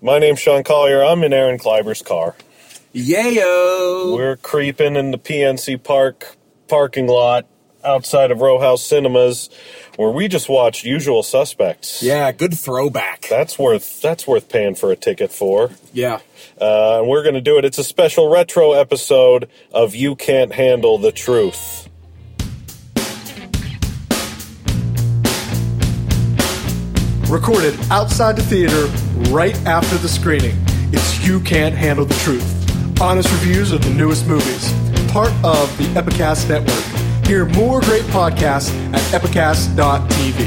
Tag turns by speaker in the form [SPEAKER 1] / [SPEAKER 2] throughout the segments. [SPEAKER 1] My name's Sean Collier. I'm in Aaron Kleiber's car.
[SPEAKER 2] Yayo!
[SPEAKER 1] We're creeping in the PNC Park parking lot outside of Row House Cinemas, where we just watched Usual Suspects.
[SPEAKER 2] Yeah, good throwback.
[SPEAKER 1] That's worth that's worth paying for a ticket for.
[SPEAKER 2] Yeah.
[SPEAKER 1] Uh, and we're going to do it. It's a special retro episode of You Can't Handle the Truth.
[SPEAKER 3] recorded outside the theater right after the screening. It's You Can't Handle the Truth. Honest reviews of the newest movies, part of the Epicast Network. Hear more great podcasts at epicast.tv.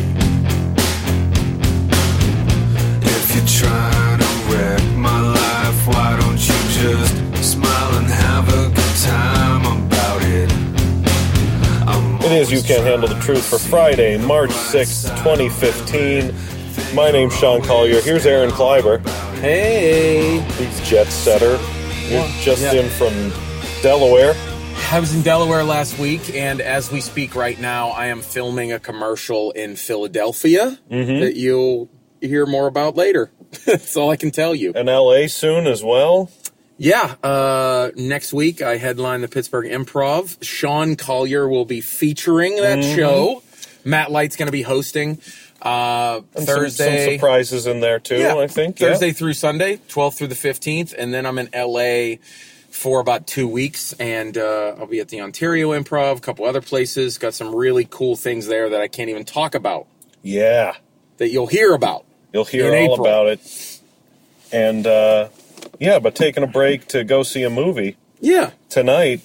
[SPEAKER 4] If you're trying to wreck my life, why don't you just smile and have a good time about it? I'm
[SPEAKER 1] It is You Can't Handle the Truth for Friday, March sixth, 2015. My name's Sean Collier. Here's Aaron Kleiber.
[SPEAKER 2] Hey!
[SPEAKER 1] He's jet setter. You're just
[SPEAKER 2] Yeah.
[SPEAKER 1] in from Delaware.
[SPEAKER 2] I was in Delaware last week, and as we speak right now, I am filming a commercial in Philadelphia that you'll hear more about later. That's all I can tell you.
[SPEAKER 1] and LA soon as well.
[SPEAKER 2] Yeah, uh, next week I headline the Pittsburgh Improv. Sean Collier will be featuring that
[SPEAKER 1] Mm-hmm.
[SPEAKER 2] show. Matt Light's going to be hosting uh,
[SPEAKER 1] And some- Some,
[SPEAKER 2] Thursday.
[SPEAKER 1] surprises in there too, I think. yeah.
[SPEAKER 2] Thursday through Sunday, 12th through the 15th, and then I'm in LA for about two weeks, and uh, I'll be at the Ontario Improv, a couple other places. Got some really cool things there that I can't even talk about
[SPEAKER 1] Yeah.
[SPEAKER 2] that you'll hear about.
[SPEAKER 1] You'll hear
[SPEAKER 2] In
[SPEAKER 1] all
[SPEAKER 2] April.
[SPEAKER 1] about it. And uh, yeah, but taking a break to go see a movie
[SPEAKER 2] Yeah,
[SPEAKER 1] tonight.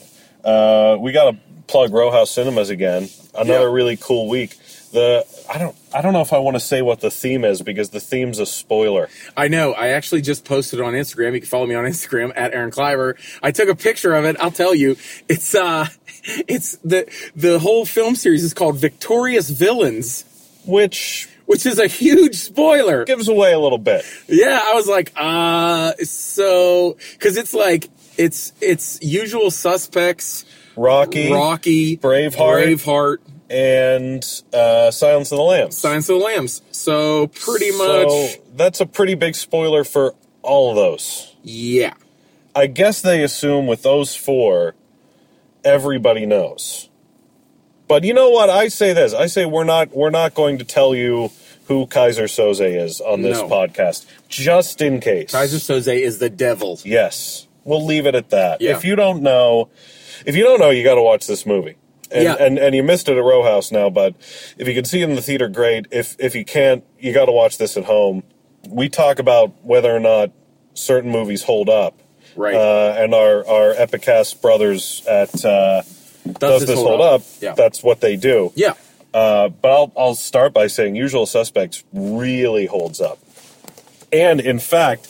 [SPEAKER 1] Uh, we got to plug Row House Cinemas again. Another
[SPEAKER 2] Yeah.
[SPEAKER 1] really cool week. The I don't I don't know if I want to say what the theme is because the theme's a spoiler.
[SPEAKER 2] I know. I actually just posted on Instagram. You can follow me on Instagram at Aaron Kleiber. I took a picture of it. I'll tell you, it's uh, it's the the whole film series is called Victorious Villains,
[SPEAKER 1] Which
[SPEAKER 2] which is a huge spoiler.
[SPEAKER 1] gives away a little bit.
[SPEAKER 2] Yeah, I was like, uh, so because it's like it's it's usual suspects,
[SPEAKER 1] Rocky,
[SPEAKER 2] Rocky,
[SPEAKER 1] Braveheart.
[SPEAKER 2] Braveheart,
[SPEAKER 1] and uh, Silence of the Lambs.
[SPEAKER 2] Silence of the Lambs. So pretty much,
[SPEAKER 1] So, that's a pretty big spoiler for all of those.
[SPEAKER 2] yeah.
[SPEAKER 1] I guess they assume with those four, everybody knows. But you know what? I say this. I say we're not we're not going to tell you who Kaiser Soze is on this
[SPEAKER 2] No.
[SPEAKER 1] podcast, just in case.
[SPEAKER 2] Kaiser Soze is the devil.
[SPEAKER 1] Yes. We'll leave it at that.
[SPEAKER 2] Yeah.
[SPEAKER 1] If you don't know, if you don't know, you got to watch this movie. And,
[SPEAKER 2] Yeah.
[SPEAKER 1] and and you missed it at Row House now, but if you can see it in the theater, great. If if you can't, you got to watch this at home. We talk about whether or not certain movies hold up,
[SPEAKER 2] Right.
[SPEAKER 1] Uh, and our our Epicast brothers at uh, does, this, hold, up?
[SPEAKER 2] Yeah.
[SPEAKER 1] That's what they do.
[SPEAKER 2] yeah.
[SPEAKER 1] Uh, but I'll, I'll start by saying Usual Suspects really holds up. And in fact,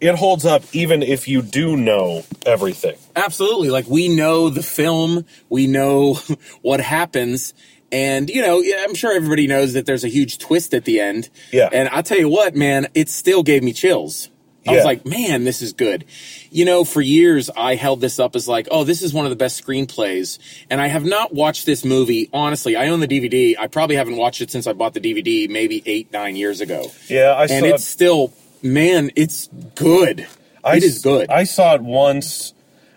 [SPEAKER 1] it holds up even if you do know everything.
[SPEAKER 2] Absolutely. Like we know the film, we know what happens. And you know, yeah, I'm sure everybody knows that there's a huge twist at the end.
[SPEAKER 1] Yeah.
[SPEAKER 2] And I tell you what, man, it still gave me chills. I
[SPEAKER 1] Yeah.
[SPEAKER 2] was like, man, this is good. You know, for years I held this up as like, oh, this is one of the best screenplays. And I have not watched this movie. Honestly, I own the DVD. I probably haven't watched it since I bought the DVD maybe eight, nine years ago.
[SPEAKER 1] Yeah, I
[SPEAKER 2] and
[SPEAKER 1] saw
[SPEAKER 2] it's still, man, it's good.
[SPEAKER 1] I
[SPEAKER 2] it
[SPEAKER 1] s-
[SPEAKER 2] is good.
[SPEAKER 1] I saw it once.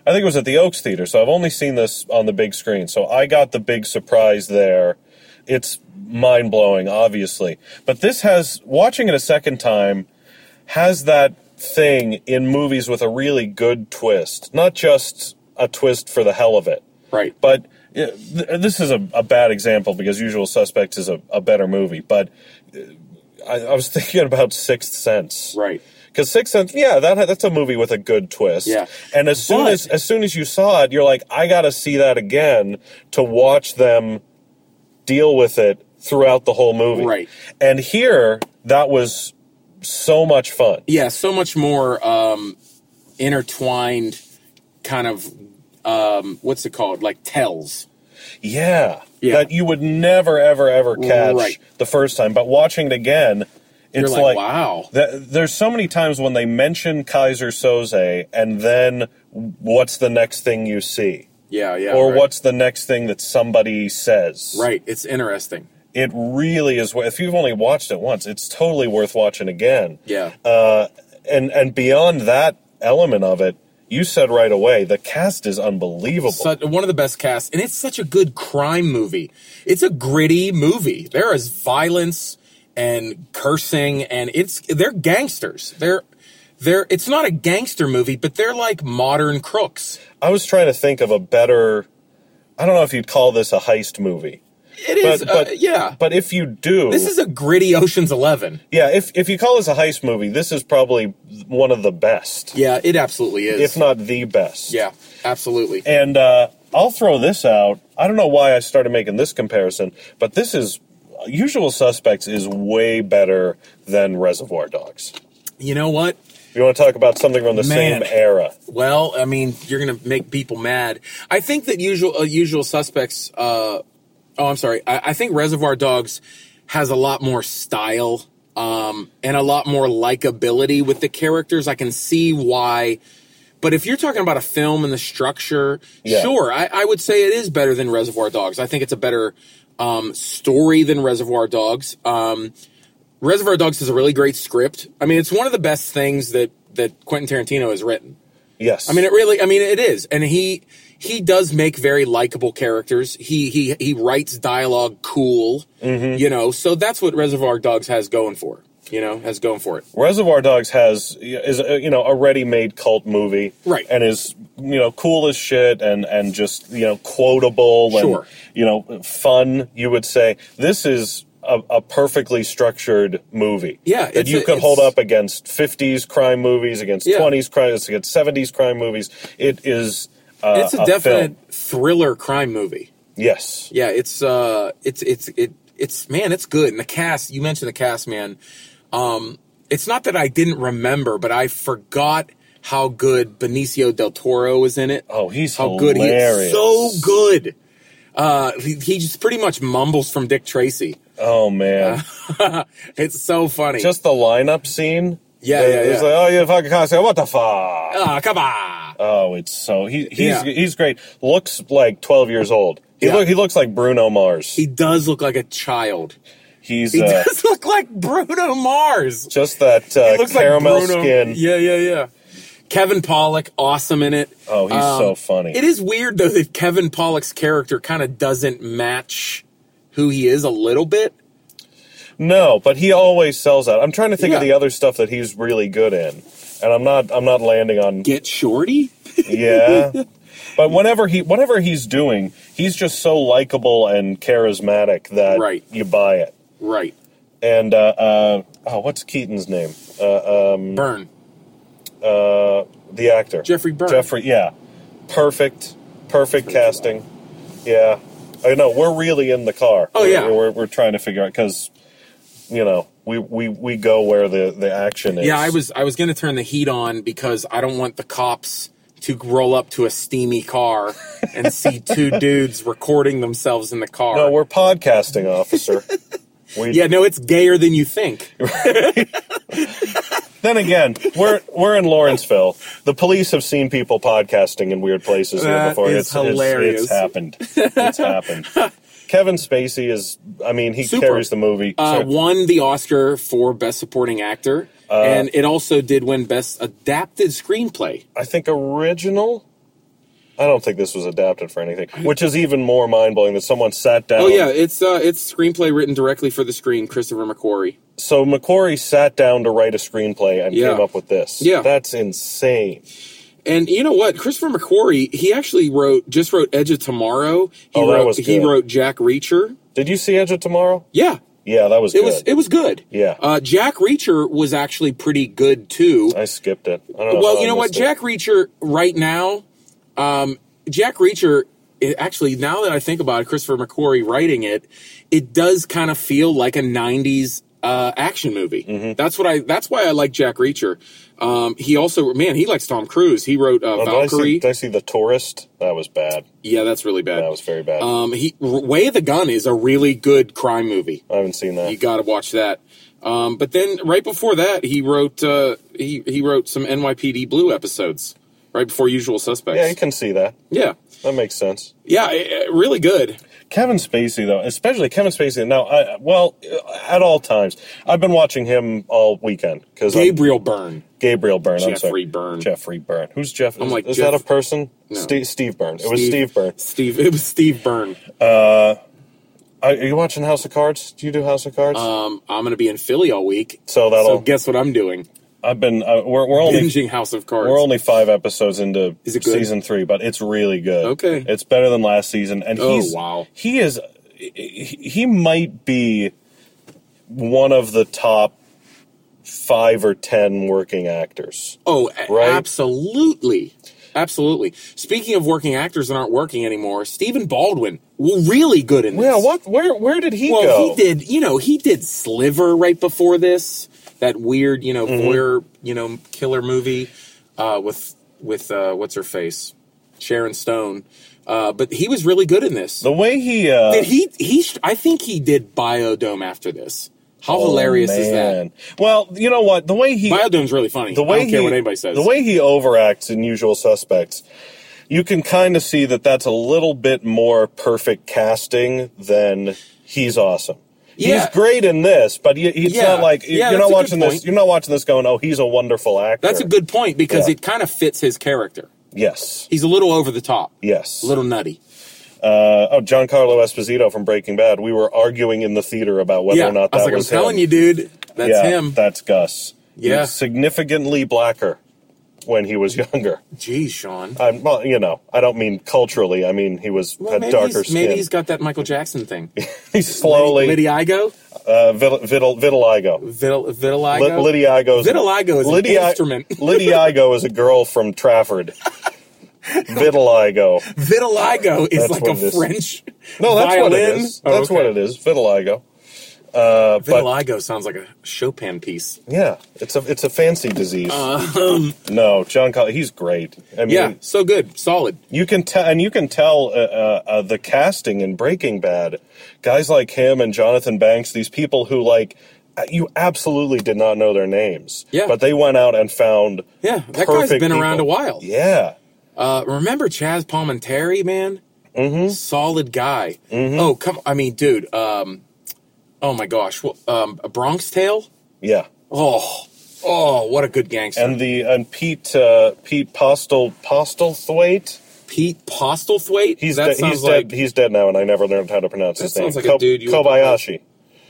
[SPEAKER 1] I think it was at the Oaks Theater, so I've only seen this on the big screen. So I got the big surprise there. It's mind blowing, obviously. But this has, watching it a second time, has that thing in movies with a really good twist, not just a twist for the hell of it.
[SPEAKER 2] right.
[SPEAKER 1] But uh, th- this is a, a bad example because Usual Suspects is a, a better movie. But uh, I, I was thinking about Sixth Sense,
[SPEAKER 2] Right.
[SPEAKER 1] Because Sixth Sense, yeah, that that's a movie with a good twist.
[SPEAKER 2] Yeah.
[SPEAKER 1] And as soon
[SPEAKER 2] But-
[SPEAKER 1] as as soon as you saw it, you're like, I got to see that again to watch them deal with it throughout the whole movie.
[SPEAKER 2] Right.
[SPEAKER 1] And here, that was so much fun.
[SPEAKER 2] yeah, so much more um, intertwined kind of um, what's it called? Like tells.
[SPEAKER 1] Yeah,
[SPEAKER 2] Yeah.
[SPEAKER 1] that you would never, ever, ever catch
[SPEAKER 2] Right.
[SPEAKER 1] the first time. But watching it again, it's
[SPEAKER 2] like, wow.
[SPEAKER 1] that- there's so many times when they mention Kaiser Soze, and then what's the next thing you see,
[SPEAKER 2] Yeah, yeah.
[SPEAKER 1] or
[SPEAKER 2] right.
[SPEAKER 1] what's the next thing that somebody says?
[SPEAKER 2] right? It's interesting.
[SPEAKER 1] It really is. wor- If you've only watched it once, it's totally worth watching again.
[SPEAKER 2] Yeah,
[SPEAKER 1] Uh, and and beyond that element of it, you said right away the cast is unbelievable.
[SPEAKER 2] Such- one of the best casts, and it's such a good crime movie. It's a gritty movie. There is violence and cursing, and it's they're gangsters. They're they're. It's not a gangster movie, but they're like modern crooks.
[SPEAKER 1] I was trying to think of a better. I don't know if you'd call this a heist movie,
[SPEAKER 2] It is,
[SPEAKER 1] but
[SPEAKER 2] uh,
[SPEAKER 1] but
[SPEAKER 2] yeah.
[SPEAKER 1] But if you do,
[SPEAKER 2] this is a gritty Ocean's Eleven.
[SPEAKER 1] yeah. If if you call this a heist movie, this is probably one of the best,
[SPEAKER 2] Yeah, it absolutely is.
[SPEAKER 1] if not the best.
[SPEAKER 2] yeah, absolutely.
[SPEAKER 1] And uh, I'll throw this out. I don't know why I started making this comparison, but this is Usual Suspects is way better than Reservoir Dogs.
[SPEAKER 2] You know what?
[SPEAKER 1] You want to talk about something from the same
[SPEAKER 2] Man.
[SPEAKER 1] era?
[SPEAKER 2] Well, I mean, you're going to make people mad. I think that usual uh, usual suspects. Uh, oh, I'm sorry. I, I think Reservoir Dogs has a lot more style um, and a lot more likability with the characters. I can see why. But if you're talking about a film and the structure,
[SPEAKER 1] Yeah.
[SPEAKER 2] sure, I, I would say it is better than Reservoir Dogs. I think it's a better um, story than Reservoir Dogs. Um, Reservoir Dogs is a really great script. I mean, it's one of the best things that that Quentin Tarantino has written.
[SPEAKER 1] Yes.
[SPEAKER 2] I mean, it really. I mean, it is, and he he does make very likable characters. He he he writes dialogue cool,
[SPEAKER 1] Mm-hmm.
[SPEAKER 2] you know. So that's what Reservoir Dogs has going for. it, You know, has going for it.
[SPEAKER 1] Reservoir Dogs has is uh, you know a ready-made cult movie,
[SPEAKER 2] Right.
[SPEAKER 1] And is you know cool as shit and and just you know quotable
[SPEAKER 2] Sure.
[SPEAKER 1] and you know fun. You would say this is a, a perfectly structured movie,
[SPEAKER 2] Yeah,
[SPEAKER 1] that
[SPEAKER 2] it's
[SPEAKER 1] you
[SPEAKER 2] a-
[SPEAKER 1] could
[SPEAKER 2] it's-
[SPEAKER 1] hold up against '50s crime movies, against
[SPEAKER 2] Yeah.
[SPEAKER 1] '20s crimes, against '70s crime movies. It is. Uh,
[SPEAKER 2] It's a,
[SPEAKER 1] film.
[SPEAKER 2] definite thriller crime movie.
[SPEAKER 1] yes.
[SPEAKER 2] Yeah, it's uh, it's it's it it's man, it's good. And the cast, you mentioned the cast, man. Um, it's not that I didn't remember, but I forgot how good Benicio del Toro was in it.
[SPEAKER 1] Oh, he's
[SPEAKER 2] how
[SPEAKER 1] hilarious.
[SPEAKER 2] good he is. So good. Uh, he, he just pretty much mumbles from Dick Tracy.
[SPEAKER 1] Oh man.
[SPEAKER 2] It's so funny.
[SPEAKER 1] just the lineup scene.
[SPEAKER 2] Yeah,
[SPEAKER 1] It-
[SPEAKER 2] yeah,
[SPEAKER 1] It's
[SPEAKER 2] yeah.
[SPEAKER 1] like, oh, you fucking cocksucker! What the fuck?
[SPEAKER 2] ah, come on.
[SPEAKER 1] Oh, it's so he he's
[SPEAKER 2] Yeah.
[SPEAKER 1] he's great. Looks like twelve years old. He
[SPEAKER 2] Yeah.
[SPEAKER 1] look he looks like Bruno Mars.
[SPEAKER 2] He does look like a child.
[SPEAKER 1] he's
[SPEAKER 2] He
[SPEAKER 1] uh,
[SPEAKER 2] does look like Bruno Mars.
[SPEAKER 1] just that uh,
[SPEAKER 2] It looks
[SPEAKER 1] caramel
[SPEAKER 2] Bruno.
[SPEAKER 1] skin.
[SPEAKER 2] Yeah, yeah, yeah. Kevin Pollock, awesome in it. Uh,
[SPEAKER 1] Oh, he's so funny.
[SPEAKER 2] Um, It is weird though that Kevin Pollock's character kind of doesn't match who he is a little bit.
[SPEAKER 1] No, but he always sells out. I'm trying to think of
[SPEAKER 2] Yeah.
[SPEAKER 1] the other stuff that he's really good in, and I'm not I'm not landing on
[SPEAKER 2] Get shorty?
[SPEAKER 1] yeah. But whenever he whatever he's doing, he's just so likable and charismatic that
[SPEAKER 2] Right.
[SPEAKER 1] you buy it.
[SPEAKER 2] Right.
[SPEAKER 1] And uh, uh, oh, what's Keaton's name? Mm.
[SPEAKER 2] Burn.
[SPEAKER 1] uh, the actor
[SPEAKER 2] Jeffrey Burr.
[SPEAKER 1] Jeffrey, yeah, perfect, perfect casting. Yeah, I know. We're really in the car.
[SPEAKER 2] Oh,
[SPEAKER 1] We're-
[SPEAKER 2] yeah.
[SPEAKER 1] we're, we're trying to figure out because you know we, we we go where the the action is.
[SPEAKER 2] Yeah, I was I was gonna turn the heat on because I don't want the cops to roll up to a steamy car and see two dudes recording themselves in the car.
[SPEAKER 1] No, we're podcasting, officer. we,
[SPEAKER 2] yeah, no, it's gayer than you think.
[SPEAKER 1] Then again, we're we're in Lawrenceville. The police have seen people podcasting in weird places here
[SPEAKER 2] That
[SPEAKER 1] before.
[SPEAKER 2] is
[SPEAKER 1] it's, it's-
[SPEAKER 2] hilarious.
[SPEAKER 1] It's, happened. It's happened. Kevin Spacey is. I mean, he
[SPEAKER 2] Super.
[SPEAKER 1] carries the movie.
[SPEAKER 2] Uh,
[SPEAKER 1] Sorry. Uh,
[SPEAKER 2] won the Oscar for Best Supporting Actor, and it also did win Best Adapted Screenplay.
[SPEAKER 1] I think original. I don't think this was adapted for anything, which is even more mind blowing that someone sat down.
[SPEAKER 2] Oh yeah, it's uh, it's screenplay written directly for the screen, Christopher McQuarrie.
[SPEAKER 1] So McQuarrie sat down to write a screenplay and
[SPEAKER 2] Yeah.
[SPEAKER 1] came up with this.
[SPEAKER 2] Yeah.
[SPEAKER 1] That's insane.
[SPEAKER 2] And you know what, Christopher McQuarrie, he actually wrote just wrote Edge of Tomorrow. He
[SPEAKER 1] Oh, that
[SPEAKER 2] wrote
[SPEAKER 1] was
[SPEAKER 2] he
[SPEAKER 1] good.
[SPEAKER 2] wrote Jack Reacher.
[SPEAKER 1] Did you see Edge of Tomorrow?
[SPEAKER 2] Yeah.
[SPEAKER 1] Yeah, that was
[SPEAKER 2] It
[SPEAKER 1] good.
[SPEAKER 2] was it was good.
[SPEAKER 1] Yeah.
[SPEAKER 2] Uh, Jack Reacher was actually pretty good too.
[SPEAKER 1] I skipped it. I don't know
[SPEAKER 2] well,
[SPEAKER 1] how
[SPEAKER 2] you
[SPEAKER 1] I
[SPEAKER 2] know what,
[SPEAKER 1] missed it.
[SPEAKER 2] Jack Reacher right now, um, Jack Reacher. It, actually, now that I think about it, Christopher McQuarrie writing it, it does kind of feel like a '90s uh, action movie.
[SPEAKER 1] Mm-hmm.
[SPEAKER 2] That's what I. That's why I like Jack Reacher. Um, he also, man, he likes Tom Cruise. He wrote uh,
[SPEAKER 1] Oh, did, I see,
[SPEAKER 2] Valkyrie.
[SPEAKER 1] did I see the tourist? That was bad.
[SPEAKER 2] yeah, that's really bad.
[SPEAKER 1] That was very bad.
[SPEAKER 2] Um, he R- Way of the Gun is a really good crime movie.
[SPEAKER 1] I haven't seen that.
[SPEAKER 2] You got to watch that. Um, but then right before that, he wrote uh, he he wrote some NYPD Blue episodes right before Usual Suspects.
[SPEAKER 1] yeah, you can see that.
[SPEAKER 2] yeah,
[SPEAKER 1] That makes sense.
[SPEAKER 2] Yeah, eh, eh, really good.
[SPEAKER 1] Kevin Spacey, though, especially Kevin Spacey. Now, I, well, at all times, I've been watching him all weekend because
[SPEAKER 2] Gabriel Byrne.
[SPEAKER 1] Gabriel Byrne. I'm sorry.
[SPEAKER 2] Jeffrey Byrne.
[SPEAKER 1] Jeffrey Byrne. Who's Jeff?
[SPEAKER 2] I'm
[SPEAKER 1] is
[SPEAKER 2] like,
[SPEAKER 1] is
[SPEAKER 2] Jeff-
[SPEAKER 1] that a person?
[SPEAKER 2] No.
[SPEAKER 1] Steve, Steve Byrne. It was Steve Byrne.
[SPEAKER 2] Steve. It was Steve Byrne.
[SPEAKER 1] Are, are you watching House of Cards? Do you do House of Cards?
[SPEAKER 2] Um, I'm going to be in Philly all week.
[SPEAKER 1] So that'll-
[SPEAKER 2] So guess what I'm doing?
[SPEAKER 1] I've been. Uh, we're, we're only
[SPEAKER 2] Binging House of Cards.
[SPEAKER 1] We're only five episodes into
[SPEAKER 2] Is it good?
[SPEAKER 1] season three, but it's really good.
[SPEAKER 2] Okay.
[SPEAKER 1] it's better than last season, and
[SPEAKER 2] Oh,
[SPEAKER 1] he's
[SPEAKER 2] wow.
[SPEAKER 1] he is he he might be one of the top five or ten working actors.
[SPEAKER 2] oh, a-
[SPEAKER 1] Right?
[SPEAKER 2] absolutely. Absolutely. Speaking of working actors that aren't working anymore, Stephen Baldwin, well, really good in this.
[SPEAKER 1] Yeah, what? Where where did he
[SPEAKER 2] Well,
[SPEAKER 1] go?
[SPEAKER 2] he did. You know, he did Sliver right before this. That weird, you know,
[SPEAKER 1] Mm-hmm.
[SPEAKER 2] voyeur, you know, killer movie uh, with with uh, what's her face, Sharon Stone. Uh, but he was really good in this.
[SPEAKER 1] The way he uh,
[SPEAKER 2] Did he? He. sh- I think he did Biodome after this. How hilarious is
[SPEAKER 1] Oh,
[SPEAKER 2] that?
[SPEAKER 1] man. Well, you know what? The way he
[SPEAKER 2] Biodome's really funny.
[SPEAKER 1] the way
[SPEAKER 2] I don't
[SPEAKER 1] he
[SPEAKER 2] care what anybody says.
[SPEAKER 1] the way he overacts in Usual Suspects. You can kind of see that that's a little bit more perfect casting than he's awesome.
[SPEAKER 2] Yeah.
[SPEAKER 1] He's great in this, but he, he's
[SPEAKER 2] Yeah.
[SPEAKER 1] not like you're
[SPEAKER 2] Yeah, that's a
[SPEAKER 1] not
[SPEAKER 2] good
[SPEAKER 1] watching this.
[SPEAKER 2] point.
[SPEAKER 1] You're not watching this going, oh, he's a wonderful actor.
[SPEAKER 2] That's a good point because
[SPEAKER 1] Yeah.
[SPEAKER 2] it kind of fits his character.
[SPEAKER 1] yes,
[SPEAKER 2] He's a little over the top,
[SPEAKER 1] yes.
[SPEAKER 2] a little nutty.
[SPEAKER 1] Uh, oh, Giancarlo Esposito from Breaking Bad. We were arguing in the theater about whether
[SPEAKER 2] yeah,
[SPEAKER 1] or not
[SPEAKER 2] I
[SPEAKER 1] that
[SPEAKER 2] was like,
[SPEAKER 1] was
[SPEAKER 2] I'm telling
[SPEAKER 1] him.
[SPEAKER 2] you, dude, that's
[SPEAKER 1] yeah,
[SPEAKER 2] him.
[SPEAKER 1] That's Gus.
[SPEAKER 2] Yeah.
[SPEAKER 1] He's significantly blacker when he was younger.
[SPEAKER 2] Geez, Sean.
[SPEAKER 1] I'm, well, you know, I don't mean culturally. I mean he was
[SPEAKER 2] Well,
[SPEAKER 1] had
[SPEAKER 2] maybe
[SPEAKER 1] darker
[SPEAKER 2] he's,
[SPEAKER 1] skin.
[SPEAKER 2] maybe he's got that Michael Jackson thing.
[SPEAKER 1] He's slowly
[SPEAKER 2] Lidiago?
[SPEAKER 1] uh, vitil, vitil, vitiligo.
[SPEAKER 2] Vitil,
[SPEAKER 1] Li-
[SPEAKER 2] vitiligo?
[SPEAKER 1] Lidiago.
[SPEAKER 2] Vitiligo is an instrument.
[SPEAKER 1] Lidiago is a girl from Trafford. Vitiligo.
[SPEAKER 2] vitiligo is
[SPEAKER 1] That's
[SPEAKER 2] like
[SPEAKER 1] what
[SPEAKER 2] a
[SPEAKER 1] it is.
[SPEAKER 2] French
[SPEAKER 1] No, that's what it
[SPEAKER 2] violin.
[SPEAKER 1] is.
[SPEAKER 2] Oh,
[SPEAKER 1] That's
[SPEAKER 2] okay.
[SPEAKER 1] what it is. Vitiligo. Uh, but
[SPEAKER 2] Vitiligo sounds like a Chopin piece.
[SPEAKER 1] yeah, it's a it's a fancy disease. no, John, Col- he's great. I mean,
[SPEAKER 2] Um, Yeah, so good. Solid.
[SPEAKER 1] You can tell, and you can tell uh, uh, uh, the casting in Breaking Bad. Guys like him and Jonathan Banks, these people who like uh, you absolutely did not know their names.
[SPEAKER 2] Yeah.
[SPEAKER 1] but they went out and found.
[SPEAKER 2] Yeah, that guy's
[SPEAKER 1] perfect
[SPEAKER 2] been around
[SPEAKER 1] people.
[SPEAKER 2] a while.
[SPEAKER 1] Yeah,
[SPEAKER 2] Uh, remember Chaz Palminteri, man? Mm-hmm. Solid guy.
[SPEAKER 1] Mm-hmm.
[SPEAKER 2] Oh, come I mean, dude, um, oh my gosh. Well, um, a Bronx Tale?
[SPEAKER 1] yeah,
[SPEAKER 2] Oh, oh, what a good gangster.
[SPEAKER 1] and the and Pete uh, Pete Postel Postlethwaite.
[SPEAKER 2] Pete Postlethwaite?
[SPEAKER 1] He's
[SPEAKER 2] that
[SPEAKER 1] dead.
[SPEAKER 2] sounds
[SPEAKER 1] He's
[SPEAKER 2] like,
[SPEAKER 1] dead. He's dead now, and I never learned how to pronounce
[SPEAKER 2] That
[SPEAKER 1] his name.
[SPEAKER 2] sounds like a dude you would-
[SPEAKER 1] Kobayashi.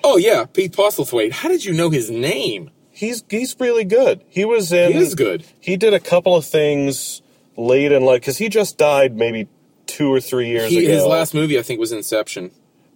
[SPEAKER 2] Oh yeah, Pete Postlethwaite. How did you know his name?
[SPEAKER 1] he's he's really good. He was in.
[SPEAKER 2] He is good.
[SPEAKER 1] He did a couple of things late in life because he just died maybe two or three years
[SPEAKER 2] He,
[SPEAKER 1] ago.
[SPEAKER 2] his last movie, I think, was Inception.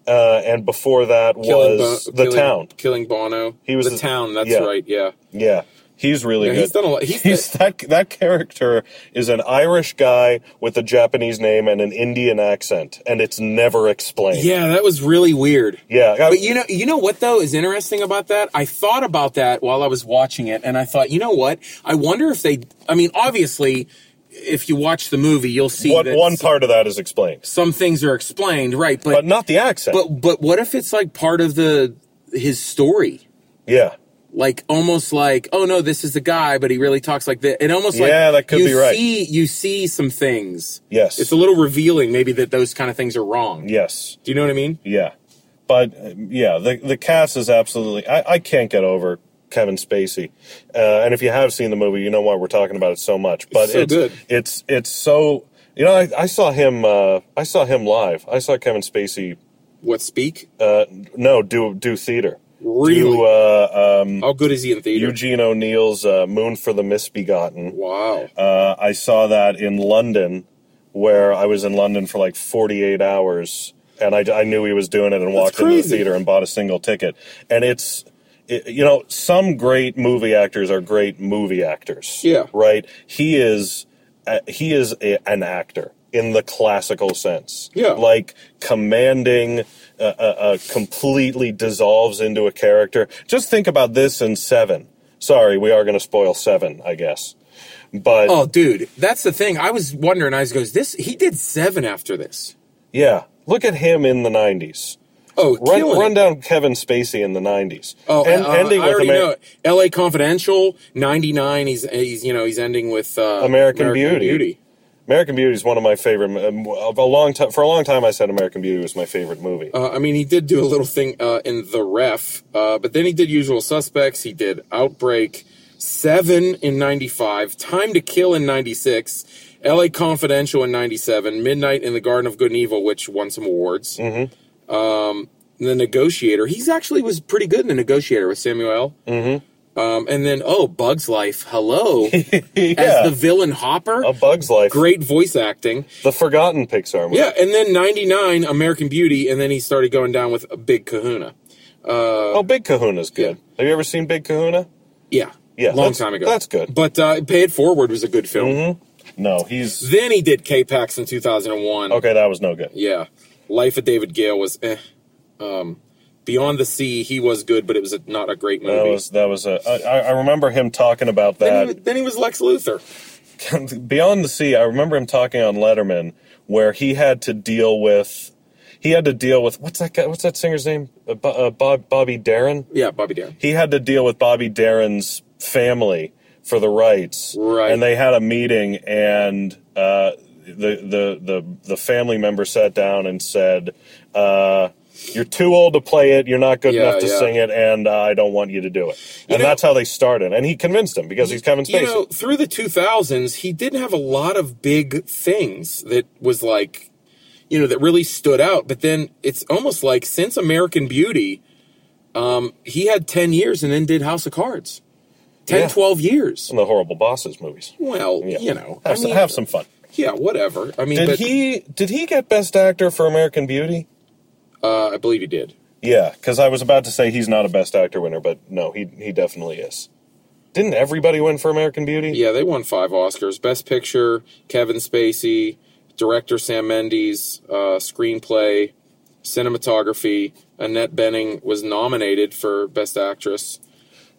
[SPEAKER 1] uh, and before that
[SPEAKER 2] Killing
[SPEAKER 1] was
[SPEAKER 2] Bo-
[SPEAKER 1] The
[SPEAKER 2] Killing-
[SPEAKER 1] Town.
[SPEAKER 2] Killing Bono.
[SPEAKER 1] He was
[SPEAKER 2] the,
[SPEAKER 1] the-
[SPEAKER 2] town. That's
[SPEAKER 1] yeah.
[SPEAKER 2] right. Yeah.
[SPEAKER 1] Yeah, he's really
[SPEAKER 2] Yeah,
[SPEAKER 1] good.
[SPEAKER 2] he's done a lot- he's-
[SPEAKER 1] He's- that that character is an Irish guy with a Japanese name and an Indian accent, and it's never explained.
[SPEAKER 2] Yeah, that was really weird.
[SPEAKER 1] Yeah, I-
[SPEAKER 2] But you know, you know what though is interesting about that? I thought about that while I was watching it, and I thought, you know what? I wonder if they. I mean, obviously, if you watch the movie, you'll see
[SPEAKER 1] What
[SPEAKER 2] that
[SPEAKER 1] one
[SPEAKER 2] s-
[SPEAKER 1] part of that is explained,
[SPEAKER 2] some things are explained, right? But
[SPEAKER 1] but not the accent.
[SPEAKER 2] but but what if it's like part of the his story?
[SPEAKER 1] yeah,
[SPEAKER 2] like almost like oh no this is the guy but he really talks like this it almost like
[SPEAKER 1] Yeah, that could
[SPEAKER 2] you
[SPEAKER 1] be right.
[SPEAKER 2] see you see some things
[SPEAKER 1] Yes.
[SPEAKER 2] it's a little revealing maybe that those kind of things are wrong
[SPEAKER 1] yes.
[SPEAKER 2] do you know what i mean
[SPEAKER 1] Yeah, but uh, yeah, the the cast is absolutely. I, I can't get over Kevin Spacey, uh, and if you have seen the movie, you know why we're talking about it so much. But
[SPEAKER 2] so
[SPEAKER 1] it's
[SPEAKER 2] good.
[SPEAKER 1] it's it's so. You know, I, I saw him. Uh, I saw him live. I saw Kevin Spacey.
[SPEAKER 2] what speak
[SPEAKER 1] Uh, no, do do theater.
[SPEAKER 2] Really?
[SPEAKER 1] Do, uh, um,
[SPEAKER 2] how good is he in theater
[SPEAKER 1] Eugene O'Neill's uh, "Moon for the Misbegotten."
[SPEAKER 2] wow
[SPEAKER 1] Uh, I saw that in London, where I was in London for like 48 hours, and I, I knew he was doing it and walked into the
[SPEAKER 2] crazy.
[SPEAKER 1] theater and bought a single ticket. And it's, it, you know, some great movie actors are great movie actors.
[SPEAKER 2] Yeah.
[SPEAKER 1] Right? He is, uh, he is a, an actor. in the classical sense.
[SPEAKER 2] Yeah.
[SPEAKER 1] Like commanding uh, uh, uh, completely dissolves into a character. Just think about this in Seven. Sorry, we are going to spoil Seven, I guess. But
[SPEAKER 2] Oh, dude, that's the thing. I was wondering. I was goes this. He did seven after this.
[SPEAKER 1] yeah, look at him in the 90s.
[SPEAKER 2] Oh,
[SPEAKER 1] Run,
[SPEAKER 2] killing
[SPEAKER 1] run
[SPEAKER 2] it.
[SPEAKER 1] down Kevin Spacey in the 90s.
[SPEAKER 2] Oh,
[SPEAKER 1] En-
[SPEAKER 2] uh, I
[SPEAKER 1] Amer-
[SPEAKER 2] already know it. L.A. Confidential, ninety nine. He's he's you know he's ending with uh,
[SPEAKER 1] American Beauty. American Beauty is one of my favorite. Um, a long time for a long time, I said American Beauty was my favorite movie.
[SPEAKER 2] Uh, I mean, he did do a little thing uh, in The Ref, uh, but then he did Usual Suspects. He did Outbreak, Seven in '95, Time to Kill in '96, L.A. Confidential in '97, Midnight in the Garden of Good and Evil, which won some awards. Mm-hmm. Um, the Negotiator. He's actually was pretty good in The Negotiator with Samuel. Mm-hmm. Um, and then oh, Bugs Life. Hello, as the villain Hopper.
[SPEAKER 1] a Bug's Life,
[SPEAKER 2] Great voice acting.
[SPEAKER 1] the forgotten Pixar movie.
[SPEAKER 2] Yeah, and then 99, American Beauty, and then he started going down with a Big Kahuna.
[SPEAKER 1] Oh, Big Kahuna's good.
[SPEAKER 2] Yeah.
[SPEAKER 1] Have you ever seen Big Kahuna?
[SPEAKER 2] Yeah.
[SPEAKER 1] Yeah,
[SPEAKER 2] Long
[SPEAKER 1] that's-
[SPEAKER 2] time ago.
[SPEAKER 1] that's good. Mm-hmm.
[SPEAKER 2] But uh, Pay It Forward was a good film.
[SPEAKER 1] No, he's
[SPEAKER 2] Then he did K Pax in 2001.
[SPEAKER 1] okay. That was no good.
[SPEAKER 2] Yeah. Life of David Gale was eh. Um, Beyond the Sea, he was good, but it was a, not a great movie.
[SPEAKER 1] That was that was a. I, I- I remember him talking about
[SPEAKER 2] then, he,
[SPEAKER 1] that.
[SPEAKER 2] was- then he was Lex Luthor.
[SPEAKER 1] Beyond the Sea, I remember him talking on Letterman where he had to deal with he had to deal with what's that guy what's that singer's name? Uh, Bo- uh, Bob Bobby Darin.
[SPEAKER 2] Yeah, Bobby Darin.
[SPEAKER 1] He had to deal with Bobby Darin's family for the rights.
[SPEAKER 2] Right.
[SPEAKER 1] And they had a meeting and uh the, the the the family member sat down and said, uh you're too old to play it. You're not good
[SPEAKER 2] Yeah,
[SPEAKER 1] enough to
[SPEAKER 2] yeah.
[SPEAKER 1] sing it, and uh, I don't want you to do it. And
[SPEAKER 2] know-
[SPEAKER 1] that's how they started. And he convinced him because he's Kevin Spacey.
[SPEAKER 2] You know, through the 2000s, he didn't have a lot of big things that was like, you know, that really stood out. But then it's almost like since American Beauty, um, he had 10 years and then did House of Cards. 10,
[SPEAKER 1] Yeah.
[SPEAKER 2] 12 years.
[SPEAKER 1] the horrible bosses movies.
[SPEAKER 2] Well,
[SPEAKER 1] Yeah.
[SPEAKER 2] you know,
[SPEAKER 1] have,
[SPEAKER 2] I
[SPEAKER 1] some,
[SPEAKER 2] mean,
[SPEAKER 1] have some fun.
[SPEAKER 2] Yeah, whatever. I mean,
[SPEAKER 1] Did
[SPEAKER 2] but,
[SPEAKER 1] he did he get Best Actor for American Beauty?
[SPEAKER 2] Uh, I believe he did.
[SPEAKER 1] Yeah, because I was about to say he's not a Best Actor winner, but no, he he definitely is. Didn't everybody win for American Beauty?
[SPEAKER 2] Yeah, they won five Oscars: Best Picture, Kevin Spacey, director Sam Mendes, uh, screenplay, cinematography. Annette Benning was nominated for Best Actress.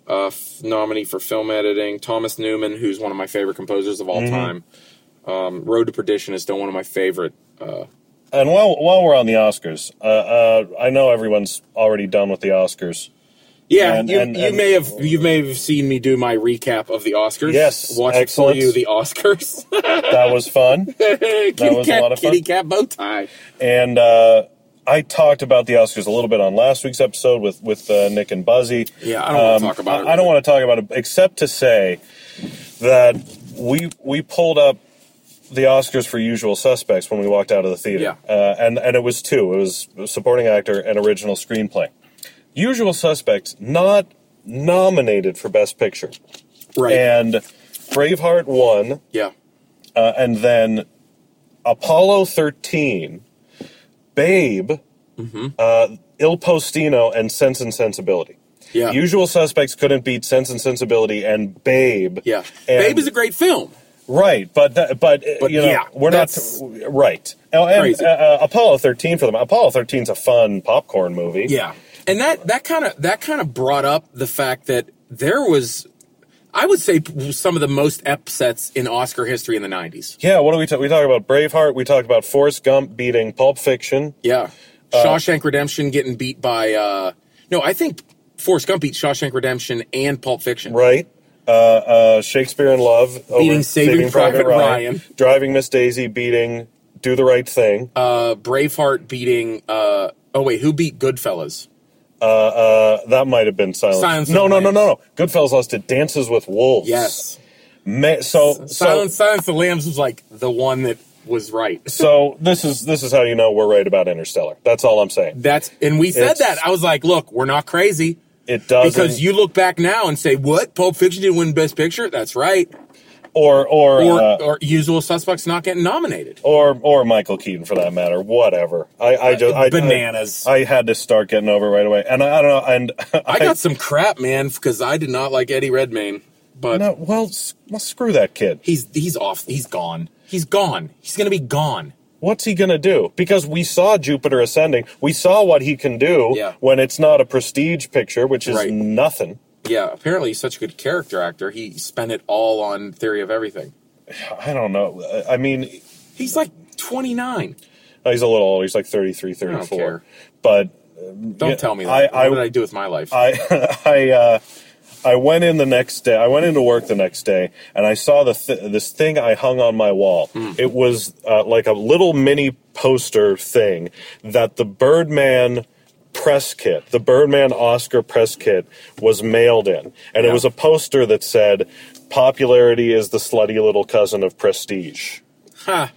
[SPEAKER 2] Uh, f- nominee for film editing. Thomas Newman, who's one of my favorite composers of all
[SPEAKER 1] Mm-hmm.
[SPEAKER 2] time. Um, Road to Perdition is still one of my favorite. Uh,
[SPEAKER 1] And while while we're on the Oscars, uh, uh, I know everyone's already done with the Oscars.
[SPEAKER 2] yeah,
[SPEAKER 1] And-
[SPEAKER 2] you,
[SPEAKER 1] and-
[SPEAKER 2] you
[SPEAKER 1] and-
[SPEAKER 2] may have you may have seen me do my recap of the Oscars.
[SPEAKER 1] Yes,
[SPEAKER 2] watch
[SPEAKER 1] excellent.
[SPEAKER 2] it for you. The Oscars.
[SPEAKER 1] That was fun,
[SPEAKER 2] kitty
[SPEAKER 1] was a
[SPEAKER 2] cat,
[SPEAKER 1] lot of fun.
[SPEAKER 2] kitty cat bow tie.
[SPEAKER 1] and uh, I talked about the Oscars a little bit on last week's episode with with uh, Nick and Buzzy. Um,
[SPEAKER 2] Yeah, I don't wanna talk about it,
[SPEAKER 1] I, I don't
[SPEAKER 2] really.
[SPEAKER 1] want to talk about it, except to say that we we pulled up the Oscars for Usual Suspects when we walked out of the theater.
[SPEAKER 2] Yeah.
[SPEAKER 1] Uh, and, and it was two. It was supporting actor and original screenplay. Usual Suspects not nominated for Best Picture.
[SPEAKER 2] Right.
[SPEAKER 1] And Braveheart won,
[SPEAKER 2] yeah.
[SPEAKER 1] uh, and then Apollo 13, Babe,
[SPEAKER 2] Mm-hmm.
[SPEAKER 1] uh, Il Postino, and Sense and Sensibility.
[SPEAKER 2] Yeah.
[SPEAKER 1] Usual Suspects couldn't beat Sense and Sensibility and Babe.
[SPEAKER 2] Yeah.
[SPEAKER 1] And-
[SPEAKER 2] Babe is a great film.
[SPEAKER 1] Right, but that, but, uh,
[SPEAKER 2] But
[SPEAKER 1] you know
[SPEAKER 2] yeah,
[SPEAKER 1] we're not
[SPEAKER 2] that's-
[SPEAKER 1] right. Oh, and
[SPEAKER 2] Crazy.
[SPEAKER 1] uh, uh, Apollo thirteen for them. Apollo 13's a fun popcorn movie.
[SPEAKER 2] And that that kind of that kind of brought up the fact that there was I would say some of the most upsets in Oscar history in the 90s.
[SPEAKER 1] yeah. What do we talk? We talk about Braveheart. We talked about Forrest Gump beating Pulp Fiction.
[SPEAKER 2] Yeah.
[SPEAKER 1] Uh,
[SPEAKER 2] Shawshank Redemption getting beat by uh No, I think Forrest Gump beat Shawshank Redemption and Pulp Fiction.
[SPEAKER 1] Right. Uh, uh, Shakespeare in Love
[SPEAKER 2] Beating Saving Private Ryan.
[SPEAKER 1] Driving Miss Daisy beating Do the Right Thing. Uh,
[SPEAKER 2] Uh Braveheart beating uh Oh wait, who beat Goodfellas?
[SPEAKER 1] Uh, that might have been Silence.
[SPEAKER 2] Silence of
[SPEAKER 1] no,
[SPEAKER 2] the
[SPEAKER 1] no, no,
[SPEAKER 2] Lambs.
[SPEAKER 1] no, no. Goodfellas lost to Dances with Wolves.
[SPEAKER 2] Yes.
[SPEAKER 1] Ma- so
[SPEAKER 2] Silence
[SPEAKER 1] so,
[SPEAKER 2] Silence of the Lambs was like the one that was right.
[SPEAKER 1] so this is this is how you know we're right about Interstellar. That's all I'm saying.
[SPEAKER 2] That's and we said
[SPEAKER 1] It's-
[SPEAKER 2] that. I was like, look, we're not crazy.
[SPEAKER 1] It doesn't
[SPEAKER 2] Because you look back now and say, "What? Pulp Fiction didn't win Best Picture? That's right."
[SPEAKER 1] or or
[SPEAKER 2] Or,
[SPEAKER 1] uh,
[SPEAKER 2] or Usual Suspects not getting nominated.
[SPEAKER 1] or or Michael Keaton for that matter. Whatever. I I just I,
[SPEAKER 2] Bananas.
[SPEAKER 1] I, I had to start getting over it right away, and I, I don't know. And
[SPEAKER 2] I got some crap, man, because I did not like Eddie Redmayne. But
[SPEAKER 1] No, well, s- well, screw that kid.
[SPEAKER 2] he's he's off. He's gone. He's gone. He's gonna be gone.
[SPEAKER 1] What's he going to do? Because we saw Jupiter Ascending. We saw what he can do
[SPEAKER 2] Yeah.
[SPEAKER 1] when it's not a prestige picture, which is
[SPEAKER 2] Right.
[SPEAKER 1] nothing.
[SPEAKER 2] Yeah, apparently he's such a good character actor. He spent it all on Theory of Everything.
[SPEAKER 1] I don't know. I- I mean,
[SPEAKER 2] He's like 29.
[SPEAKER 1] Uh, He's a little older. He's like 33,
[SPEAKER 2] don't
[SPEAKER 1] 34.
[SPEAKER 2] care.
[SPEAKER 1] But
[SPEAKER 2] Don't
[SPEAKER 1] Yeah,
[SPEAKER 2] tell me
[SPEAKER 1] I-
[SPEAKER 2] that.
[SPEAKER 1] I-
[SPEAKER 2] what did I do with my life?
[SPEAKER 1] I, I, uh, I went in the next day. I went into work the next day, and I saw the th- this thing I hung on my wall. It was uh, like a little mini poster thing that the Birdman press kit, the Birdman Oscar press kit, was mailed in, and it
[SPEAKER 2] Yeah.
[SPEAKER 1] was a poster that said, "Popularity is the slutty little cousin of prestige."
[SPEAKER 2] ha.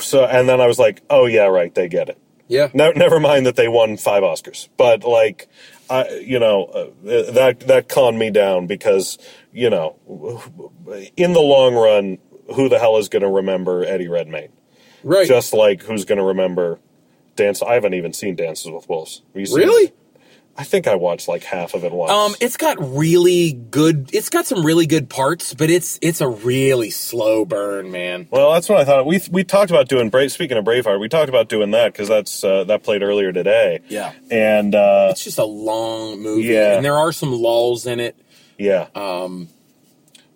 [SPEAKER 1] So, and then I was like, "Oh yeah, right. They get it."
[SPEAKER 2] Yeah.
[SPEAKER 1] No, never mind that they won five Oscars, but like, I you know uh, that that calmed me down because you know, in the long run, who the hell is going to remember Eddie Redmayne?
[SPEAKER 2] right.
[SPEAKER 1] Just like who's going to remember Dance? I haven't even seen Dances with Wolves. Have you seen
[SPEAKER 2] really?
[SPEAKER 1] it? I think I watched like half of it once.
[SPEAKER 2] Um, it's got really good. It's got some really good parts, but it's it's a really slow burn, man.
[SPEAKER 1] well, that's what I thought. We we talked about doing Brave. Speaking of Braveheart, we talked about doing that because that's uh, that played earlier today.
[SPEAKER 2] Yeah.
[SPEAKER 1] and uh,
[SPEAKER 2] It's just a long movie,
[SPEAKER 1] Yeah.
[SPEAKER 2] and there are some lulls in it.
[SPEAKER 1] Yeah. Um,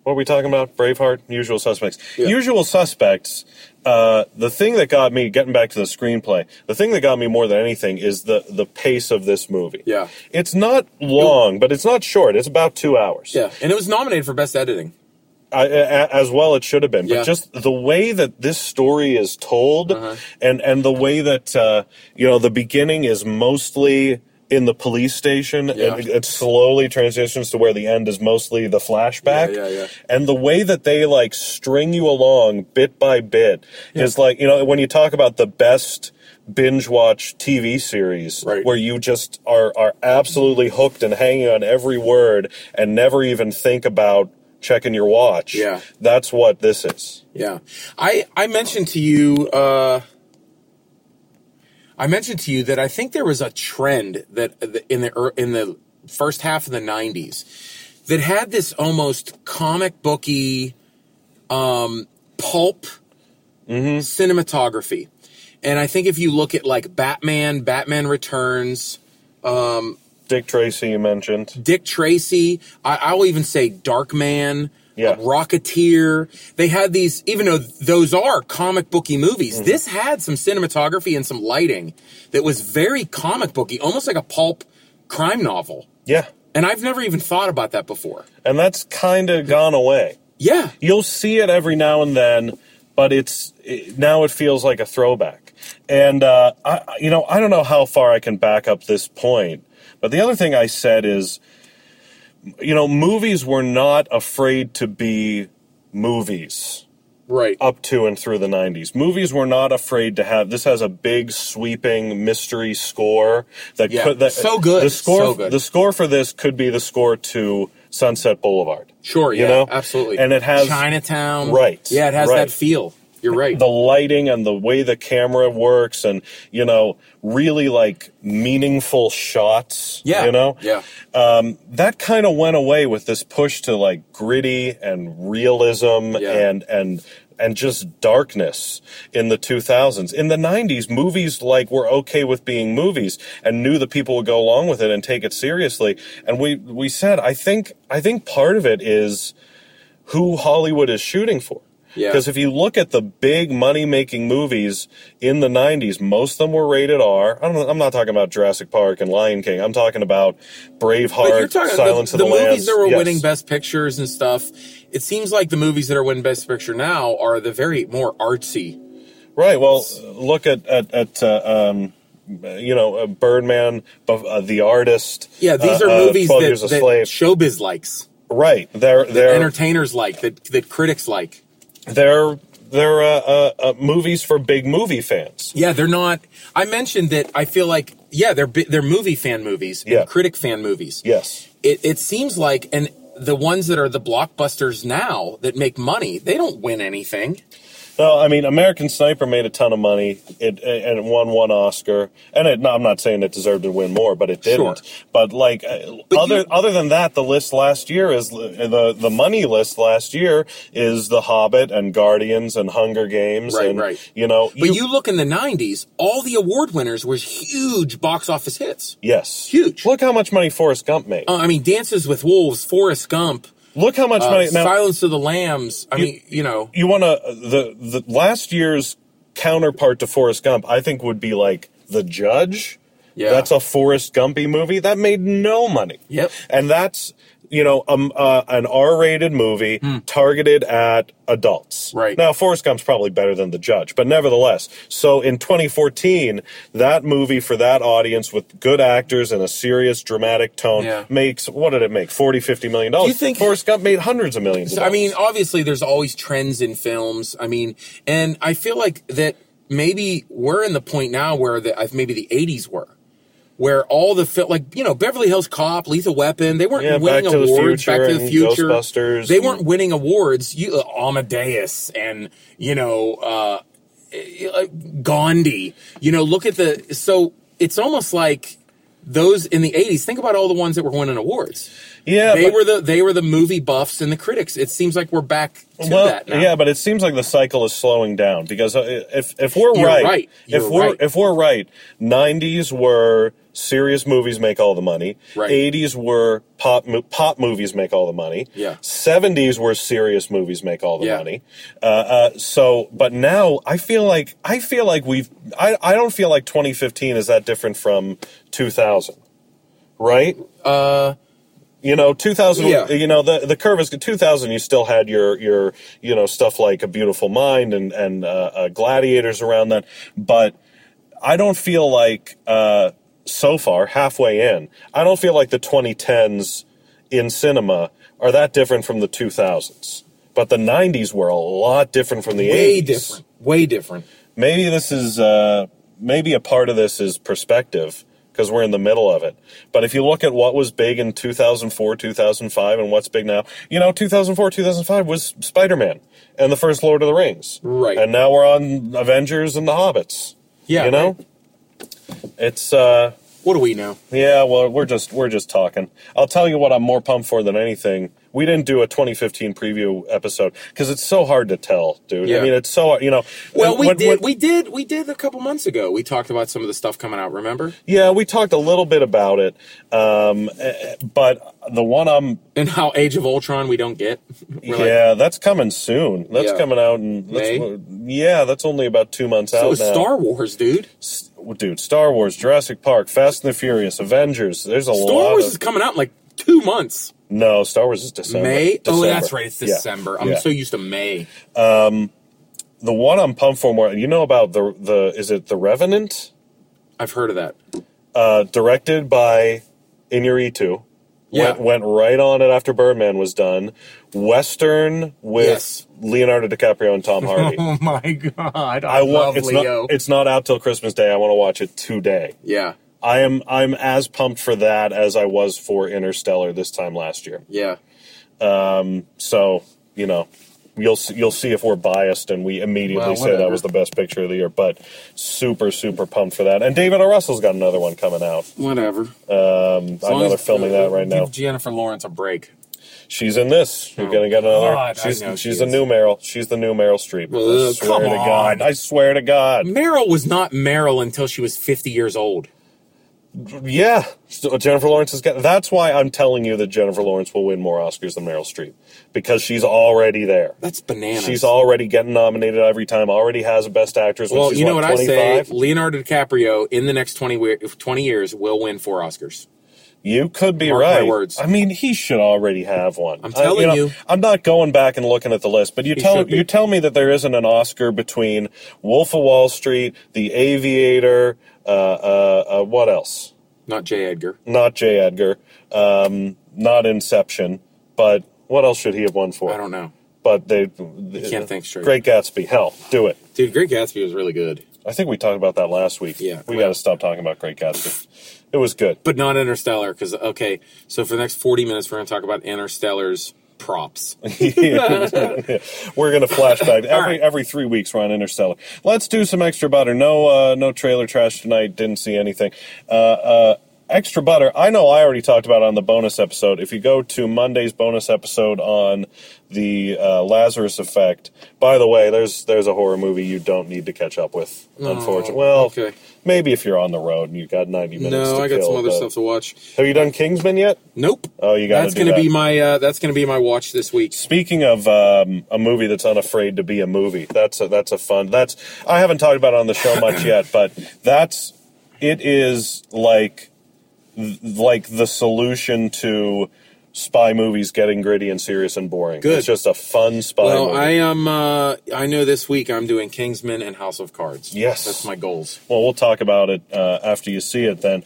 [SPEAKER 1] what were we talking about? Braveheart, Usual Suspects.
[SPEAKER 2] Yeah.
[SPEAKER 1] Usual Suspects. Uh, the thing that got me getting back to the screenplay. The thing that got me more than anything is the the pace of this movie.
[SPEAKER 2] Yeah.
[SPEAKER 1] it's not long, but it's not short. It's about two hours.
[SPEAKER 2] Yeah, and it was nominated for best editing.
[SPEAKER 1] I, a- as well it should have been. But
[SPEAKER 2] Yeah. Uh-huh.
[SPEAKER 1] just the way that this story is told, and and the way that uh, you know the beginning is mostly in the police station,
[SPEAKER 2] Yeah.
[SPEAKER 1] and it slowly transitions to where the end is mostly the flashback.
[SPEAKER 2] Yeah, yeah, yeah.
[SPEAKER 1] And the way that they like string you along bit by bit is like you know when you talk about the best binge watch TV series
[SPEAKER 2] Right.
[SPEAKER 1] where you just are are absolutely hooked and hanging on every word and never even think about checking your watch.
[SPEAKER 2] Yeah.
[SPEAKER 1] That's what this is.
[SPEAKER 2] Yeah, I I mentioned to you. Uh, I mentioned to you that I think there was a trend that that in the ear- in the first half of the '90s that had this almost comic booky, um, pulp cinematography, and I think if you look at like Batman, Batman Returns,
[SPEAKER 1] Dick Tracy you mentioned.
[SPEAKER 2] Dick Tracy. I, I'll even say Darkman.
[SPEAKER 1] Yeah.
[SPEAKER 2] Rocketeer. They had these, even though those are comic booky movies,
[SPEAKER 1] Mm-hmm.
[SPEAKER 2] this had some cinematography and some lighting that was very comic booky, almost like a pulp crime novel.
[SPEAKER 1] Yeah.
[SPEAKER 2] And I've never even thought about that before.
[SPEAKER 1] And that's kind of gone away.
[SPEAKER 2] Yeah.
[SPEAKER 1] You'll see it every now and then, but it's it, now it feels like a throwback. And uh, I, I- you know, I don't know how far I can back up this point, but the other thing I said is, you know, movies were not afraid to be movies.
[SPEAKER 2] Right.
[SPEAKER 1] up to and through the 90s. Movies were not afraid to have this has a big sweeping mystery score that
[SPEAKER 2] Yeah.
[SPEAKER 1] could that,
[SPEAKER 2] So good.
[SPEAKER 1] The score
[SPEAKER 2] So good.
[SPEAKER 1] the score for this could be the score to Sunset Boulevard.
[SPEAKER 2] sure.
[SPEAKER 1] you
[SPEAKER 2] yeah.
[SPEAKER 1] know?
[SPEAKER 2] Absolutely.
[SPEAKER 1] And it has-
[SPEAKER 2] Chinatown.
[SPEAKER 1] Right,
[SPEAKER 2] Yeah. It has
[SPEAKER 1] right.
[SPEAKER 2] that feel. You're right.
[SPEAKER 1] The lighting and the way the camera works and you know really like meaningful shots,
[SPEAKER 2] yeah.
[SPEAKER 1] you know?
[SPEAKER 2] Yeah.
[SPEAKER 1] um, that kind of went away with this push to like gritty and realism
[SPEAKER 2] Yeah.
[SPEAKER 1] and and and just darkness in the 2000s. In the 90s, movies like were okay with being movies and knew that people would go along with it and take it seriously. And we we said I think I think part of it is who Hollywood is shooting for.
[SPEAKER 2] Yeah.
[SPEAKER 1] Because if you look at the big money making movies in the 90s, most of them were rated R. I'm, I'm not talking about Jurassic Park and Lion King. I'm talking about Braveheart,
[SPEAKER 2] But you're talking
[SPEAKER 1] Silence of
[SPEAKER 2] the,
[SPEAKER 1] the,
[SPEAKER 2] the
[SPEAKER 1] Lambs.
[SPEAKER 2] movies that were
[SPEAKER 1] Yes.
[SPEAKER 2] winning Best Pictures and stuff. It seems like the movies that are winning Best Picture now are the very more artsy.
[SPEAKER 1] Right. Well, look at, at, at uh, um, you know, uh, Birdman, Bu- uh, The Artist.
[SPEAKER 2] Yeah, these
[SPEAKER 1] uh,
[SPEAKER 2] are
[SPEAKER 1] uh,
[SPEAKER 2] movies
[SPEAKER 1] 12
[SPEAKER 2] that,
[SPEAKER 1] Years a
[SPEAKER 2] that
[SPEAKER 1] Slave.
[SPEAKER 2] showbiz likes,
[SPEAKER 1] right. They're, they're,
[SPEAKER 2] entertainers like, that that critics like.
[SPEAKER 1] they're, they're uh, uh, uh, movies for big movie fans.
[SPEAKER 2] Yeah, they're not. I mentioned that I feel like yeah, they're bi- they're movie fan movies, and
[SPEAKER 1] Yeah.
[SPEAKER 2] critic fan movies.
[SPEAKER 1] Yes.
[SPEAKER 2] It it seems like and the ones that are the blockbusters now that make money, they don't win anything.
[SPEAKER 1] No, I mean American Sniper made a ton of money. It and it won one Oscar, and it, no, I'm not saying it deserved to win more, but it didn't. But like uh, other other than that, the list last year is uh, the the money list last year is The Hobbit and Guardians and Hunger Games
[SPEAKER 2] Right,
[SPEAKER 1] and
[SPEAKER 2] right.
[SPEAKER 1] you know
[SPEAKER 2] But you look in the 90s, all the award winners were huge box office hits.
[SPEAKER 1] yes
[SPEAKER 2] Huge.
[SPEAKER 1] Look how much money Forrest Gump made.
[SPEAKER 2] Uh, I mean, Dances with Wolves, Forrest Gump,
[SPEAKER 1] Look how much
[SPEAKER 2] uh,
[SPEAKER 1] money now.
[SPEAKER 2] Silence of the Lambs. I mean, you know,
[SPEAKER 1] you want to the the last year's counterpart to Forrest Gump, I think would be like The Judge.
[SPEAKER 2] Yeah.
[SPEAKER 1] that's a Forrest Gumpy movie that made no money.
[SPEAKER 2] Yep.
[SPEAKER 1] and that's you know um, uh, an R-rated movie targeted at adults.
[SPEAKER 2] Hmm. Right.
[SPEAKER 1] now, Forrest Gump's probably better than The Judge, but nevertheless. So in 2014, that movie for that audience with good actors and a serious dramatic tone
[SPEAKER 2] Yeah.
[SPEAKER 1] makes what did it make 40 50 million dollars
[SPEAKER 2] you think-
[SPEAKER 1] Forrest Gump made hundreds of millions of
[SPEAKER 2] I mean,
[SPEAKER 1] dollars.
[SPEAKER 2] obviously, there's always trends in films. I mean, and I feel like that maybe we're in the point now where the, I've- maybe the 80s were. Where all the fil- like you know Beverly Hills Cop, Lethal Weapon, they weren't
[SPEAKER 1] Yeah,
[SPEAKER 2] winning
[SPEAKER 1] Back to the
[SPEAKER 2] awards.
[SPEAKER 1] Future
[SPEAKER 2] Back to the
[SPEAKER 1] and
[SPEAKER 2] Future,
[SPEAKER 1] Ghostbusters
[SPEAKER 2] they
[SPEAKER 1] and-
[SPEAKER 2] weren't winning awards. You, uh, Amadeus and you know uh, uh, Gandhi. You know, look at the so it's almost like those in the '80s. Think about all the ones that were winning awards
[SPEAKER 1] yeah,
[SPEAKER 2] they
[SPEAKER 1] but-
[SPEAKER 2] were the they were the movie buffs and the critics. It seems like we're back to that now.
[SPEAKER 1] Yeah, but it seems like the cycle is slowing down because uh, if if we're
[SPEAKER 2] You're
[SPEAKER 1] right,
[SPEAKER 2] right.
[SPEAKER 1] if
[SPEAKER 2] You're
[SPEAKER 1] we're
[SPEAKER 2] right.
[SPEAKER 1] if we're right, '90s were serious movies make all the money.
[SPEAKER 2] Right.
[SPEAKER 1] '80s were pop mo- pop movies make all the money.
[SPEAKER 2] Yeah.
[SPEAKER 1] '70s were serious movies make all the
[SPEAKER 2] Yeah.
[SPEAKER 1] money. Uh, uh, so, but now I feel like I feel like we've I I don't feel like 2015 is that different from 2000, right? You know, 2000,
[SPEAKER 2] Yeah.
[SPEAKER 1] you know, the, the curve is 2000. You still had your, your, you know, stuff like A Beautiful Mind and, and, uh, uh, Gladiators around that. But I don't feel like, uh, so far, halfway in, I don't feel like the 2010s in cinema are that different from the 2000s. But the 90s were a lot different from the
[SPEAKER 2] way
[SPEAKER 1] 80s.
[SPEAKER 2] different. Way different.
[SPEAKER 1] Maybe this is, uh, maybe a part of this is perspective because we're in the middle of it. But if you look at what was big in 2004, 2005, and what's big now, you know, 2004, 2005 was Spider Man and the first Lord of the Rings.
[SPEAKER 2] Right.
[SPEAKER 1] And now we're on Avengers and the Hobbits.
[SPEAKER 2] Yeah,
[SPEAKER 1] You know? It's, uh,
[SPEAKER 2] What do we know?
[SPEAKER 1] yeah, well, we're just we're just talking. I'll tell you what I'm more pumped for than anything. We didn't do a 2015 preview episode because it's so hard to tell, dude. I
[SPEAKER 2] Yeah.
[SPEAKER 1] mean, it's so hard, you know.
[SPEAKER 2] Well, we
[SPEAKER 1] when-
[SPEAKER 2] did
[SPEAKER 1] when-
[SPEAKER 2] we did we did a couple months ago. We talked about some of the stuff coming out. Remember?
[SPEAKER 1] Yeah, we talked a little bit about it, um, eh, but the one I'm
[SPEAKER 2] And how Age of Ultron we don't get. We're like,
[SPEAKER 1] yeah, that's coming soon. That's
[SPEAKER 2] Yeah.
[SPEAKER 1] coming out in that's,
[SPEAKER 2] May?
[SPEAKER 1] yeah, that's only about two months
[SPEAKER 2] so
[SPEAKER 1] out
[SPEAKER 2] it's
[SPEAKER 1] now.
[SPEAKER 2] Star Wars, dude.
[SPEAKER 1] S- dude, Star Wars, Jurassic Park, Fast and the Furious, Avengers. There's a lot.
[SPEAKER 2] Star Wars
[SPEAKER 1] of,
[SPEAKER 2] is coming out in like two months.
[SPEAKER 1] no Star Wars is December.
[SPEAKER 2] May. Oh,
[SPEAKER 1] December.
[SPEAKER 2] that's right. It's
[SPEAKER 1] Yeah,
[SPEAKER 2] December. I'm
[SPEAKER 1] yeah.
[SPEAKER 2] so used to May.
[SPEAKER 1] the one I'm pumped for more. You know about the the is it the Revenant?
[SPEAKER 2] I've heard of that.
[SPEAKER 1] Uh, directed by Inarritu.
[SPEAKER 2] Yeah.
[SPEAKER 1] Went, went right on it after Birdman was done. Western with
[SPEAKER 2] Yes.
[SPEAKER 1] Leonardo DiCaprio and Tom Hardy.
[SPEAKER 2] Oh my god! I,
[SPEAKER 1] I want
[SPEAKER 2] love
[SPEAKER 1] it's
[SPEAKER 2] Leo.
[SPEAKER 1] not it's not out till Christmas Day. I want to watch it today.
[SPEAKER 2] yeah,
[SPEAKER 1] I am I'm as pumped for that as I was for Interstellar this time last year.
[SPEAKER 2] yeah.
[SPEAKER 1] So you know, you'll see, you'll see if we're biased and we immediately
[SPEAKER 2] Well,
[SPEAKER 1] say that
[SPEAKER 2] whatever.
[SPEAKER 1] was the best picture of the year. But super super pumped for that. And David O. Russell's got another one coming out.
[SPEAKER 2] Whatever.
[SPEAKER 1] I know they're filming
[SPEAKER 2] uh,
[SPEAKER 1] that right now.
[SPEAKER 2] Give Jennifer Lawrence a break.
[SPEAKER 1] She's in this. You're gonna get another.
[SPEAKER 2] Oh, God, I
[SPEAKER 1] she's
[SPEAKER 2] know
[SPEAKER 1] she's
[SPEAKER 2] she
[SPEAKER 1] the
[SPEAKER 2] is.
[SPEAKER 1] new Meryl. She's the new Meryl Streep. I
[SPEAKER 2] Ugh,
[SPEAKER 1] swear
[SPEAKER 2] come
[SPEAKER 1] to God.
[SPEAKER 2] on.
[SPEAKER 1] I swear to God.
[SPEAKER 2] Meryl was not Meryl until she was 50 years old.
[SPEAKER 1] Yeah, so uh, Jennifer Lawrence is. Got, that's why I'm telling you that Jennifer Lawrence will win more Oscars than Meryl Streep because she's already there.
[SPEAKER 2] That's bananas.
[SPEAKER 1] She's already getting nominated every time. Already has a Best Actress. When
[SPEAKER 2] Well,
[SPEAKER 1] she's,
[SPEAKER 2] you know what I say?
[SPEAKER 1] 25?
[SPEAKER 2] Leonardo DiCaprio in the next 20, we- 20 years will win four Oscars.
[SPEAKER 1] You could be
[SPEAKER 2] Mark my
[SPEAKER 1] right.
[SPEAKER 2] words.
[SPEAKER 1] I mean, he should already have one.
[SPEAKER 2] I'm
[SPEAKER 1] I-
[SPEAKER 2] telling
[SPEAKER 1] know,
[SPEAKER 2] you.
[SPEAKER 1] I'm not going back and looking at the list, but you tell
[SPEAKER 2] should be.
[SPEAKER 1] you tell me that there isn't an Oscar between Wolf of Wall Street, The Aviator, uh, uh, uh, what else?
[SPEAKER 2] Not J. Edgar.
[SPEAKER 1] Not J. Edgar, um, not Inception, but what else should he have won for?
[SPEAKER 2] I don't know.
[SPEAKER 1] But they
[SPEAKER 2] Can't think straight.
[SPEAKER 1] Great Gatsby, hell, do it.
[SPEAKER 2] Dude, Great Gatsby was really good,
[SPEAKER 1] I think we talked about that last week.
[SPEAKER 2] Yeah.
[SPEAKER 1] we got to stop talking about Great Gatsby. It was good.
[SPEAKER 2] but not Interstellar. Because, okay, so for the next 40 minutes, we're going to talk about Interstellar's props.
[SPEAKER 1] We're gonna flashback every every three weeks. We're on Interstellar. Let's do some extra butter. No, uh, no trailer trash tonight. Didn't see anything. Uh, uh, extra butter. I know. I already talked about it on the bonus episode. If you go to Monday's bonus episode on the uh, Lazarus Effect. By the way, there's there's a horror movie you don't need to catch up with. unfortunately, well,
[SPEAKER 2] Oh, okay.
[SPEAKER 1] maybe if you're on the road and you got 90 minutes.
[SPEAKER 2] no,
[SPEAKER 1] to
[SPEAKER 2] I got
[SPEAKER 1] kill,
[SPEAKER 2] some other
[SPEAKER 1] but-
[SPEAKER 2] stuff to watch.
[SPEAKER 1] Have you done Kingsman yet?
[SPEAKER 2] Nope.
[SPEAKER 1] Oh, you gotta
[SPEAKER 2] That's
[SPEAKER 1] do
[SPEAKER 2] gonna
[SPEAKER 1] that.
[SPEAKER 2] be my uh, that's gonna be my watch this week.
[SPEAKER 1] Speaking of um, a movie that's unafraid to be a movie, that's a, that's a fun. That's I haven't talked about it on the show much yet, but that's it is like like the solution to spy movies getting gritty and serious and boring.
[SPEAKER 2] Good.
[SPEAKER 1] It's just a fun spy
[SPEAKER 2] Well,
[SPEAKER 1] movie.
[SPEAKER 2] I am. Uh, I know this week I'm doing Kingsman and House of Cards.
[SPEAKER 1] Yes.
[SPEAKER 2] that's my goals.
[SPEAKER 1] well, we'll talk about it uh, after you see it. Then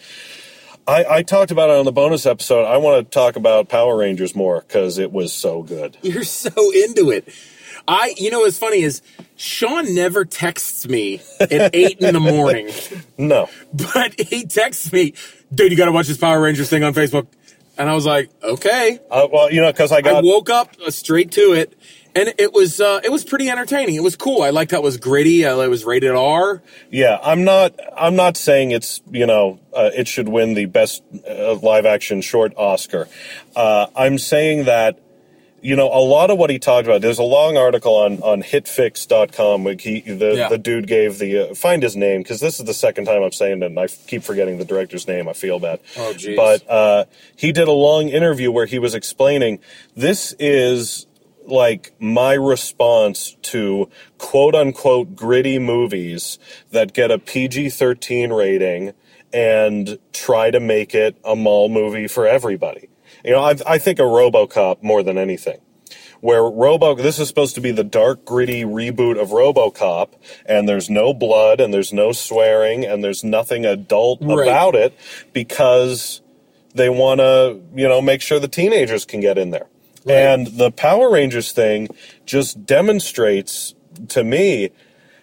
[SPEAKER 1] I, I talked about it on the bonus episode. I want to talk about Power Rangers more because it was so good.
[SPEAKER 2] You're so into it. I, you know, what's funny is Sean never texts me at eight in the morning,
[SPEAKER 1] No,
[SPEAKER 2] but he texts me, dude, you got to watch this Power Rangers thing on Facebook, and I was like, okay.
[SPEAKER 1] uh, well, you know, because I
[SPEAKER 2] I
[SPEAKER 1] got
[SPEAKER 2] woke up uh, straight to it, and it was uh, it was pretty entertaining. It was cool. I liked how it was gritty. I, it was rated R.
[SPEAKER 1] Yeah, I'm not. I'm not saying it's you know uh, it should win the best uh, live action short Oscar. Uh, I'm saying that you know a lot of what he talked about. There's a long article on on hitfix.com. Where he, the
[SPEAKER 2] Yeah.
[SPEAKER 1] the dude gave the uh, find his name because this is the second time I'm saying it, and I f- keep forgetting the director's name. I feel bad.
[SPEAKER 2] Oh, jeez.
[SPEAKER 1] But uh, he did a long interview where he was explaining this is like my response to quote unquote gritty movies that get a PG 13 rating and try to make it a mall movie for everybody. You know, I, I think of Robocop more than anything. Where Robo, this is supposed to be the dark, gritty reboot of RoboCop, and there's no blood, and there's no swearing, and there's nothing adult
[SPEAKER 2] Right.
[SPEAKER 1] about it because they want to, you know, make sure the teenagers can get in there. And the Power Rangers thing just demonstrates to me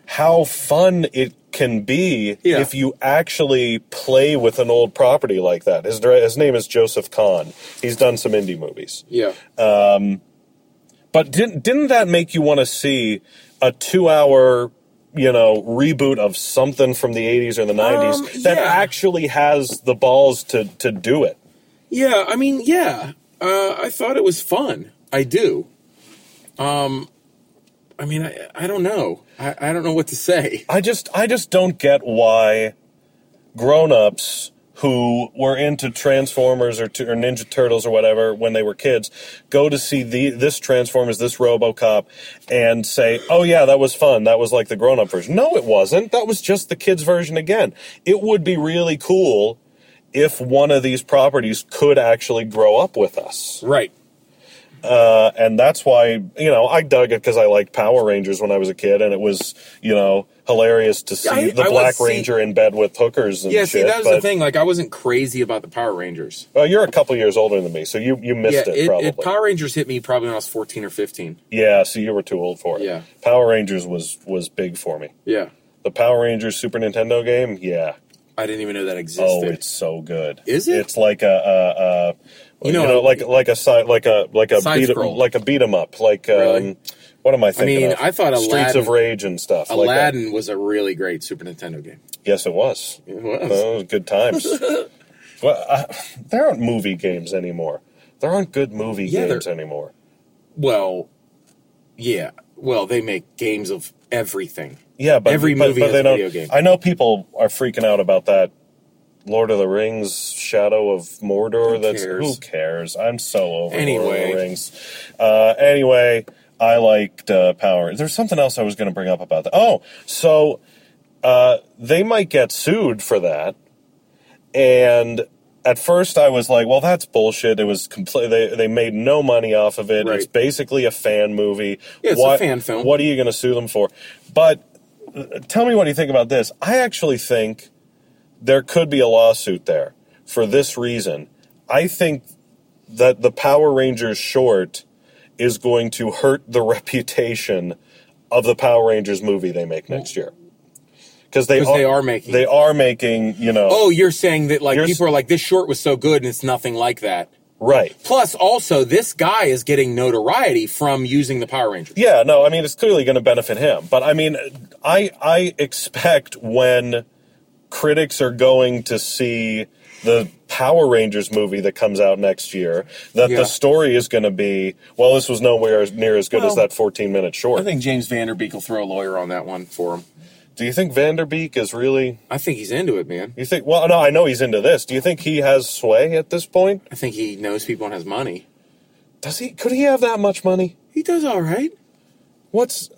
[SPEAKER 1] how fun it can be
[SPEAKER 2] Yeah.
[SPEAKER 1] if you actually play with an old property like that. His, dire- his name is Joseph Kahn. He's done some indie movies.
[SPEAKER 2] Yeah,
[SPEAKER 1] But didn't didn't that make you want to see a two hour, you know, reboot of something from the eighties or the nineties
[SPEAKER 2] Um,
[SPEAKER 1] that
[SPEAKER 2] yeah.
[SPEAKER 1] actually has the balls to to do it?
[SPEAKER 2] yeah. I mean, yeah. Uh, I thought it was fun. I do. Um, I mean, I, I don't know. I, I don't know what to say.
[SPEAKER 1] I just I just don't get why grown-ups who were into Transformers or, t- or Ninja Turtles or whatever when they were kids go to see the this Transformers this RoboCop and say, "Oh yeah, that was fun. That was like the grown-up version." No, it wasn't. That was just the kids version again. It would be really cool if one of these properties could actually grow up with us
[SPEAKER 2] Right.
[SPEAKER 1] and that's why you know I dug it because I liked Power Rangers when I was a kid, and it was you know hilarious to see
[SPEAKER 2] I-
[SPEAKER 1] the
[SPEAKER 2] I was
[SPEAKER 1] Black
[SPEAKER 2] see-
[SPEAKER 1] Ranger in bed with hookers and
[SPEAKER 2] Yeah.
[SPEAKER 1] shit.
[SPEAKER 2] See, that was
[SPEAKER 1] but,
[SPEAKER 2] the thing. Like, I wasn't crazy about the Power Rangers.
[SPEAKER 1] Well, you're a couple years older than me, so you you missed
[SPEAKER 2] yeah.
[SPEAKER 1] it probably.
[SPEAKER 2] Power Rangers hit me probably when I was fourteen or fifteen.
[SPEAKER 1] yeah, so you were too old for it.
[SPEAKER 2] Yeah.
[SPEAKER 1] Power Rangers was was big for me.
[SPEAKER 2] Yeah.
[SPEAKER 1] The Power Rangers Super Nintendo game, yeah.
[SPEAKER 2] I didn't even know that existed.
[SPEAKER 1] Oh, it's so good.
[SPEAKER 2] Is it?
[SPEAKER 1] It's like a, a, a you,
[SPEAKER 2] You know,
[SPEAKER 1] know, like like a side like a like a
[SPEAKER 2] Side
[SPEAKER 1] beat
[SPEAKER 2] scroll.
[SPEAKER 1] like a beat 'em up like um,
[SPEAKER 2] Really?
[SPEAKER 1] what am I thinking?
[SPEAKER 2] mean,
[SPEAKER 1] of?
[SPEAKER 2] I thought
[SPEAKER 1] Streets of
[SPEAKER 2] Aladdin-
[SPEAKER 1] Rage and stuff. like that.
[SPEAKER 2] Aladdin was a really great Super Nintendo game.
[SPEAKER 1] Yes, it was.
[SPEAKER 2] It was.
[SPEAKER 1] Well, it was good times. well, I, there aren't movie games anymore. There aren't good movie
[SPEAKER 2] Yeah,
[SPEAKER 1] games
[SPEAKER 2] there-
[SPEAKER 1] anymore.
[SPEAKER 2] Well, yeah. Well, they make games of everything.
[SPEAKER 1] Yeah, but
[SPEAKER 2] every
[SPEAKER 1] but-
[SPEAKER 2] movie
[SPEAKER 1] but
[SPEAKER 2] has
[SPEAKER 1] they
[SPEAKER 2] a
[SPEAKER 1] don't-
[SPEAKER 2] video game.
[SPEAKER 1] I know people are freaking out about that. Lord of the Rings: Shadow of Mordor.
[SPEAKER 2] Who
[SPEAKER 1] that's
[SPEAKER 2] cares?
[SPEAKER 1] who cares. I'm so over Lord
[SPEAKER 2] Anyway.
[SPEAKER 1] of the Rings. Uh, anyway, I liked uh, Power. There's something else I was going to bring up about that. Oh, so uh, they might get sued for that. And at first, I was like, "Well, that's bullshit." It was complete. They they made no money off of it.
[SPEAKER 2] Right.
[SPEAKER 1] It's basically a fan movie.
[SPEAKER 2] Yeah, it's a
[SPEAKER 1] Why-
[SPEAKER 2] fan film.
[SPEAKER 1] What are you going to sue them for? But uh, tell me what you think about this. I actually think there could be a lawsuit there for this reason. I think that the Power Rangers short is going to hurt the reputation of the Power Rangers movie they make next year. Because they,
[SPEAKER 2] 'Cause they are making
[SPEAKER 1] they
[SPEAKER 2] it.
[SPEAKER 1] are making you know
[SPEAKER 2] Oh, you're saying that like
[SPEAKER 1] You're s-
[SPEAKER 2] people are like this short was so good and it's nothing like that.
[SPEAKER 1] Right.
[SPEAKER 2] Plus, also, this guy is getting notoriety from using the Power Rangers.
[SPEAKER 1] Yeah, no, I mean it's clearly going to benefit him, but I mean I I expect when critics are going to see the Power Rangers movie that comes out next year that
[SPEAKER 2] Yeah.
[SPEAKER 1] the story is going to be well this was nowhere near as good as
[SPEAKER 2] Well,
[SPEAKER 1] that 14 minute short.
[SPEAKER 2] I think James Vanderbeek will throw a lawyer on that one for him.
[SPEAKER 1] Do you think Vanderbeek is really
[SPEAKER 2] I think he's into it, man.
[SPEAKER 1] you think well no I know he's into this. Do you think he has sway at this point?
[SPEAKER 2] I think he knows people and has money.
[SPEAKER 1] Does he could he have that much money?
[SPEAKER 2] He does all right.
[SPEAKER 1] What's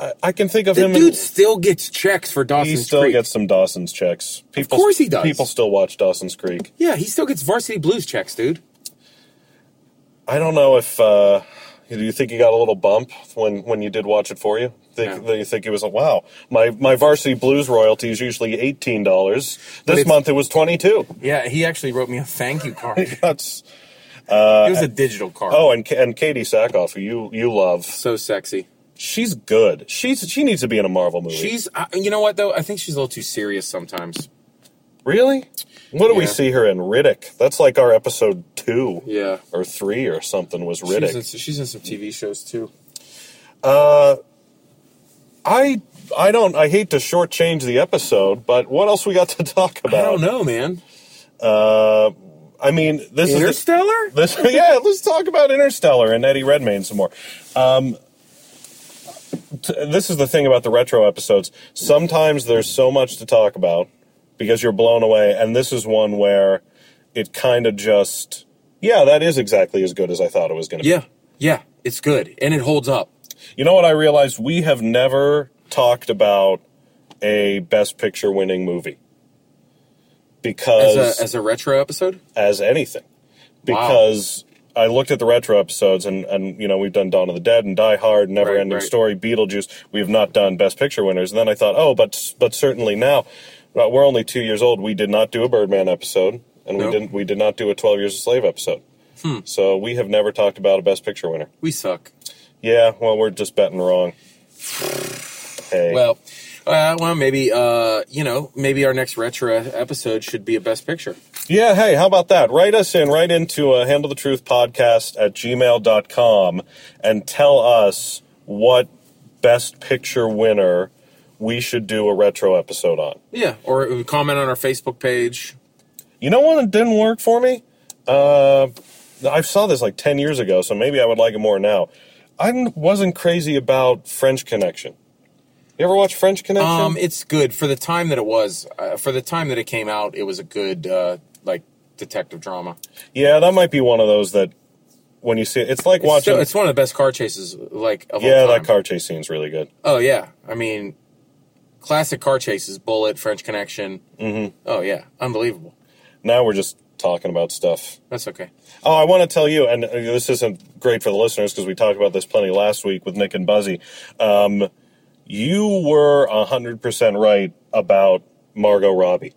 [SPEAKER 1] I, I can think of
[SPEAKER 2] The
[SPEAKER 1] him
[SPEAKER 2] dude
[SPEAKER 1] in,
[SPEAKER 2] still gets checks for
[SPEAKER 1] he
[SPEAKER 2] Dawson's
[SPEAKER 1] still
[SPEAKER 2] Creek.
[SPEAKER 1] gets some Dawson's checks. People,
[SPEAKER 2] course he does.
[SPEAKER 1] People still watch Dawson's Creek.
[SPEAKER 2] yeah, he still gets Varsity Blues checks, dude.
[SPEAKER 1] I don't know if uh, do you think you got a little bump when when you did watch it for you? Think,
[SPEAKER 2] No.
[SPEAKER 1] That you think it was like, wow, my my varsity blues royalty is usually eighteen dollars. This
[SPEAKER 2] it's-
[SPEAKER 1] month it was twenty two.
[SPEAKER 2] Yeah, he actually wrote me a thank you card. it
[SPEAKER 1] That's
[SPEAKER 2] was a digital card.
[SPEAKER 1] oh, and Ka- and Katie Sackhoff, who you you love,
[SPEAKER 2] so sexy.
[SPEAKER 1] she's good. She's she needs to be in a Marvel movie.
[SPEAKER 2] She's, uh, you know what though? I think she's a little too serious sometimes.
[SPEAKER 1] really. What do we
[SPEAKER 2] Yeah.
[SPEAKER 1] see her in Riddick? That's like our episode two,
[SPEAKER 2] Yeah.
[SPEAKER 1] or three, or something was
[SPEAKER 2] She
[SPEAKER 1] Riddick.
[SPEAKER 2] was in- She's in, some TV shows too.
[SPEAKER 1] I I don't. I hate to shortchange the episode, but what else we got to talk about?
[SPEAKER 2] I don't know, man.
[SPEAKER 1] Uh, I mean, this is the-
[SPEAKER 2] Interstellar?
[SPEAKER 1] this. Yeah, let's talk about Interstellar and Eddie Redmayne some more. Um, t- this is the thing about the retro episodes. Sometimes there's so much to talk about because you're blown away, and this is one where it kind of just. Yeah, that is exactly as good as I thought it was going to
[SPEAKER 2] Yeah, yeah. It's good and it holds up.
[SPEAKER 1] be. You know what I realized? We have never talked about a Best Picture winning movie because
[SPEAKER 2] As a, as a retro episode?
[SPEAKER 1] as anything because I looked at the retro episodes and and you know we've done Dawn of the Dead and Die Hard, Never
[SPEAKER 2] Right,
[SPEAKER 1] Ending
[SPEAKER 2] right.
[SPEAKER 1] Story, Beetlejuice. We have not done Best Picture winners. And then I thought, oh, but but certainly now well, we're only two years old. We did not do a Birdman episode, and we
[SPEAKER 2] Nope. Hmm.
[SPEAKER 1] didn't we did not do a Twelve Years a Slave episode. So we have never talked about a Best Picture winner.
[SPEAKER 2] We suck.
[SPEAKER 1] Yeah, well, we're just betting wrong. Hey,
[SPEAKER 2] Well, uh, well, maybe uh, you know, maybe our next retro e, episode should be a best picture.
[SPEAKER 1] Yeah, hey, how about that? Write us in, write into uh, handle the truth podcast at gmail.com and tell us what best picture winner we should do a retro episode on.
[SPEAKER 2] Yeah, or comment on our Facebook page.
[SPEAKER 1] You know what? It didn't work for me. Uh, I saw this like 10 years ago, so maybe I would like it more now. I n- wasn't crazy about French Connection. You ever watch French Connection?
[SPEAKER 2] Um, it's good for the time that it was. Uh, for the time that it came out, it was a good uh, like detective drama.
[SPEAKER 1] yeah, that might be one of those that when you see it, it's like
[SPEAKER 2] It's,
[SPEAKER 1] watching.
[SPEAKER 2] still- it's one of the best car chases like of
[SPEAKER 1] yeah,
[SPEAKER 2] all time.
[SPEAKER 1] that car chase scene's really good.
[SPEAKER 2] Oh yeah, I mean, classic car chases: Bullet, French Connection. Mm-hmm. Oh yeah, unbelievable.
[SPEAKER 1] Now we're just talking about stuff.
[SPEAKER 2] That's okay.
[SPEAKER 1] Oh, I want to tell you, and uh, this isn't great for the listeners because we talked about this plenty last week with Nick and Buzzy. Um, you were 100% right about Margot Robbie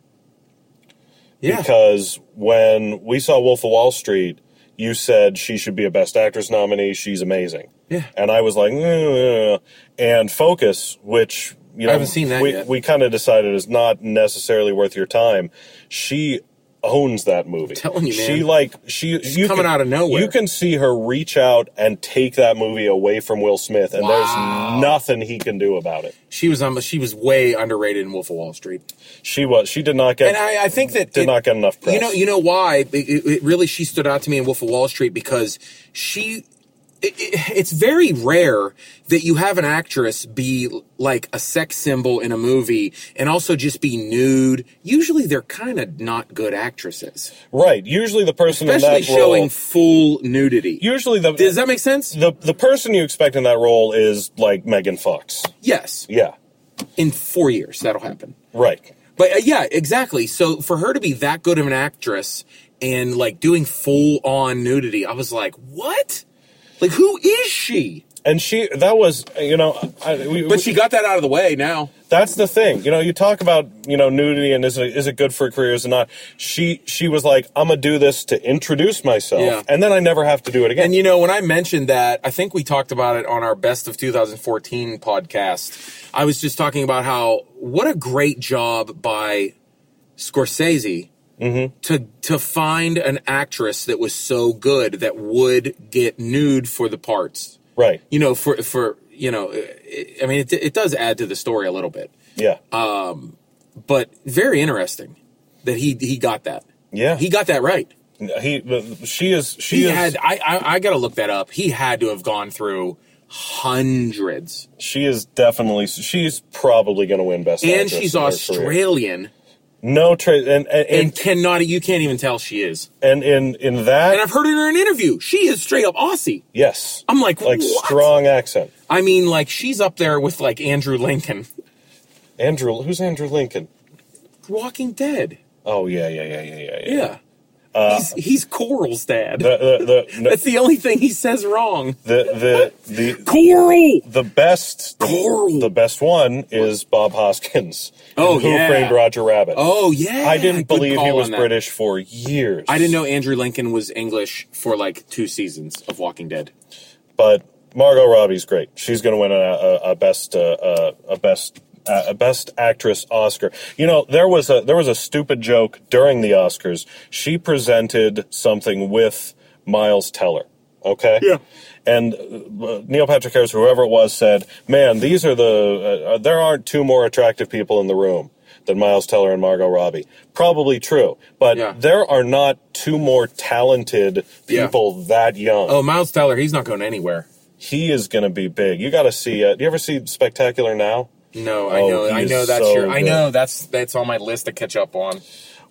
[SPEAKER 2] Yeah,
[SPEAKER 1] because when we saw Wolf of Wall Street, you said she should be a Best Actress nominee. She's amazing.
[SPEAKER 2] Yeah.
[SPEAKER 1] And I was like, "Mm." and Focus, which, you know,
[SPEAKER 2] I haven't seen that
[SPEAKER 1] we,
[SPEAKER 2] yet.
[SPEAKER 1] we kind of decided is not necessarily worth your time. She owns that movie.
[SPEAKER 2] telling you,
[SPEAKER 1] She,
[SPEAKER 2] man.
[SPEAKER 1] like, she, you
[SPEAKER 2] coming
[SPEAKER 1] can-
[SPEAKER 2] out of nowhere.
[SPEAKER 1] You can see her reach out and take that movie away from Will Smith, and there's nothing he can do about it.
[SPEAKER 2] she was um, she was way underrated in Wolf of Wall Street.
[SPEAKER 1] She was, she did not get,
[SPEAKER 2] and I, I think that
[SPEAKER 1] did
[SPEAKER 2] it-
[SPEAKER 1] not get enough press.
[SPEAKER 2] You know, you know why? It, it- it really she stood out to me in Wolf of Wall Street because she. It, it, it's very rare that you have an actress be like a sex symbol in a movie and also just be nude. Usually, they're kind of not good actresses,
[SPEAKER 1] right. Usually the person
[SPEAKER 2] especially
[SPEAKER 1] in that role.
[SPEAKER 2] showing full nudity.
[SPEAKER 1] usually the
[SPEAKER 2] Does that make sense?
[SPEAKER 1] the the person you expect in that role is like Megan Fox.
[SPEAKER 2] Yes.
[SPEAKER 1] Yeah,
[SPEAKER 2] In four years, that'll happen.
[SPEAKER 1] right.
[SPEAKER 2] But uh, yeah, exactly. So for her to be that good of an actress and like doing full on nudity, I was like, what? Like, who is she?
[SPEAKER 1] And she that was you know I, we,
[SPEAKER 2] But she got that out of the way now.
[SPEAKER 1] that's the thing you know you talk about you know nudity and is it is it good for careers or not she she was like I'm gonna do this to introduce myself
[SPEAKER 2] Yeah.
[SPEAKER 1] and then I never have to do it again
[SPEAKER 2] And you know, when I mentioned that, I think we talked about it on our Best of 2014 podcast. I was just talking about how what a great job by Scorsese to to find an actress that was so good that would get nude for the parts.
[SPEAKER 1] Right.
[SPEAKER 2] You know, for for you know, it, I mean, it, it does add to the story a little bit,
[SPEAKER 1] Yeah.
[SPEAKER 2] Uh, but very interesting that he he got that.
[SPEAKER 1] Yeah.
[SPEAKER 2] he got that right.
[SPEAKER 1] he. but She is. She
[SPEAKER 2] He
[SPEAKER 1] is.
[SPEAKER 2] had I, I I gotta look that up. He had to have gone through hundreds,
[SPEAKER 1] she is definitely. She's probably going to win best.
[SPEAKER 2] and
[SPEAKER 1] Actress
[SPEAKER 2] she's
[SPEAKER 1] in her career.
[SPEAKER 2] Australian,
[SPEAKER 1] No trade. And and,
[SPEAKER 2] and
[SPEAKER 1] and
[SPEAKER 2] cannot you can't even tell she is.
[SPEAKER 1] and in in that.
[SPEAKER 2] And I've heard her in an interview. She is straight up Aussie.
[SPEAKER 1] yes.
[SPEAKER 2] I'm like,
[SPEAKER 1] like
[SPEAKER 2] what?
[SPEAKER 1] strong accent.
[SPEAKER 2] I mean, like she's up there with like Andrew Lincoln,
[SPEAKER 1] Andrew. Who's Andrew Lincoln?
[SPEAKER 2] Walking Dead.
[SPEAKER 1] Oh yeah yeah yeah yeah yeah yeah.
[SPEAKER 2] Yeah,
[SPEAKER 1] Uh,
[SPEAKER 2] he's he's Coral's dad.
[SPEAKER 1] The the the,
[SPEAKER 2] That's the only thing he says wrong.
[SPEAKER 1] the the the
[SPEAKER 2] Coral.
[SPEAKER 1] the best
[SPEAKER 2] Coral.
[SPEAKER 1] the best one is Bob Hoskins. in
[SPEAKER 2] Oh,
[SPEAKER 1] Who
[SPEAKER 2] yeah.
[SPEAKER 1] framed Roger Rabbit?
[SPEAKER 2] Oh yeah.
[SPEAKER 1] I didn't
[SPEAKER 2] Good
[SPEAKER 1] believe he
[SPEAKER 2] call
[SPEAKER 1] was
[SPEAKER 2] on that.
[SPEAKER 1] British for years.
[SPEAKER 2] I didn't know Andrew Lincoln was English for like two seasons of Walking Dead.
[SPEAKER 1] but Margot Robbie's great. She's going to win a, a, a best uh, uh, a best uh, a best actress Oscar. You know, there was a there was a stupid joke during the Oscars. She presented something with Miles Teller. Okay.
[SPEAKER 2] Yeah.
[SPEAKER 1] And uh, Neil Patrick Harris, whoever it was, said, "Man, these are the uh, uh, there aren't two more attractive people in the room." Than Miles Teller and Margot Robbie. Probably true, but
[SPEAKER 2] Yeah.
[SPEAKER 1] there are not two more talented
[SPEAKER 2] Yeah.
[SPEAKER 1] people that young
[SPEAKER 2] Oh, Miles Teller, he's not going anywhere.
[SPEAKER 1] he is going to be big. You got to see. Uh, do you ever see Spectacular now?
[SPEAKER 2] No, I
[SPEAKER 1] Oh,
[SPEAKER 2] know,
[SPEAKER 1] he
[SPEAKER 2] I
[SPEAKER 1] is
[SPEAKER 2] know that's
[SPEAKER 1] so
[SPEAKER 2] your, I
[SPEAKER 1] good.
[SPEAKER 2] know that's that's on my list to catch up on.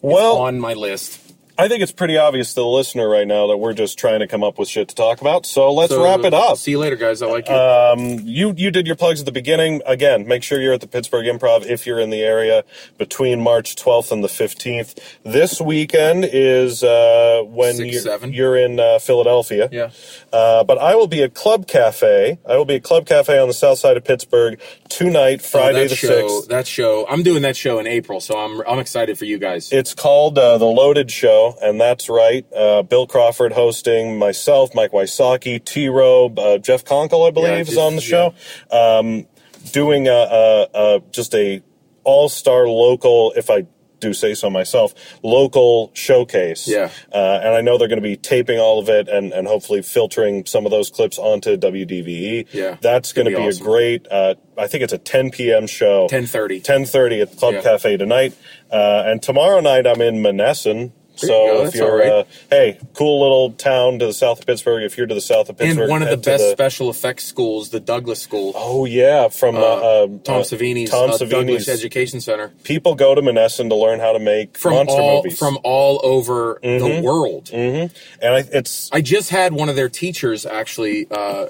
[SPEAKER 1] Well,
[SPEAKER 2] on my list.
[SPEAKER 1] I think it's pretty obvious to the listener right now that we're just trying to come up with shit to talk about. So let's
[SPEAKER 2] So,
[SPEAKER 1] wrap it up. Uh,
[SPEAKER 2] See you later, guys. I like you.
[SPEAKER 1] You you did your plugs at the beginning. Again, make sure you're at the Pittsburgh Improv if you're in the area between March 12th and the 15th. This weekend is uh, when
[SPEAKER 2] Six,
[SPEAKER 1] you're,
[SPEAKER 2] seven.
[SPEAKER 1] you're in uh, Philadelphia.
[SPEAKER 2] yeah.
[SPEAKER 1] Uh, but I will be at Club Cafe. I will be at Club Cafe on the south side of Pittsburgh tonight, Friday
[SPEAKER 2] Oh, that
[SPEAKER 1] the
[SPEAKER 2] show,
[SPEAKER 1] 6th.
[SPEAKER 2] That show, I'm doing that show in April, so I'm I'm excited for you guys.
[SPEAKER 1] It's called uh, The Loaded Show, and that's right. Uh, Bill Crawford hosting, myself, Mike Wysocki, T Robe, uh, Jeff Conkle, I believe,
[SPEAKER 2] Yeah,
[SPEAKER 1] is on the show.
[SPEAKER 2] just-
[SPEAKER 1] Um, doing a, a, a, just a all star local, if I do say so myself, local showcase.
[SPEAKER 2] Yeah.
[SPEAKER 1] Uh, and I know they're going to be taping all of it and, and hopefully filtering some of those clips onto WDVE.
[SPEAKER 2] Yeah.
[SPEAKER 1] E. That's going to be,
[SPEAKER 2] Gonna be
[SPEAKER 1] a
[SPEAKER 2] awesome.
[SPEAKER 1] great, uh, I think it's a 10 p.m. show.
[SPEAKER 2] 10:30.
[SPEAKER 1] 10.30 at the Club
[SPEAKER 2] Yeah.
[SPEAKER 1] Cafe tonight. Uh, and tomorrow night I'm in Manassas.
[SPEAKER 2] There you go,
[SPEAKER 1] So if
[SPEAKER 2] that's
[SPEAKER 1] you're,
[SPEAKER 2] all right.
[SPEAKER 1] uh, hey, cool little town to the south of Pittsburgh. If you're to the south of Pittsburgh,
[SPEAKER 2] and one of the
[SPEAKER 1] head to
[SPEAKER 2] best special effects schools, the Douglas School.
[SPEAKER 1] oh yeah, from uh, uh, uh,
[SPEAKER 2] Tom Savini's,
[SPEAKER 1] Tom
[SPEAKER 2] uh, Douglas
[SPEAKER 1] Savini's.
[SPEAKER 2] Education Center.
[SPEAKER 1] People go to Manassas to learn how to make
[SPEAKER 2] From
[SPEAKER 1] monster
[SPEAKER 2] all
[SPEAKER 1] movies. Mm-hmm.
[SPEAKER 2] from all over the world.
[SPEAKER 1] and I, it's
[SPEAKER 2] I just had one of their teachers actually uh,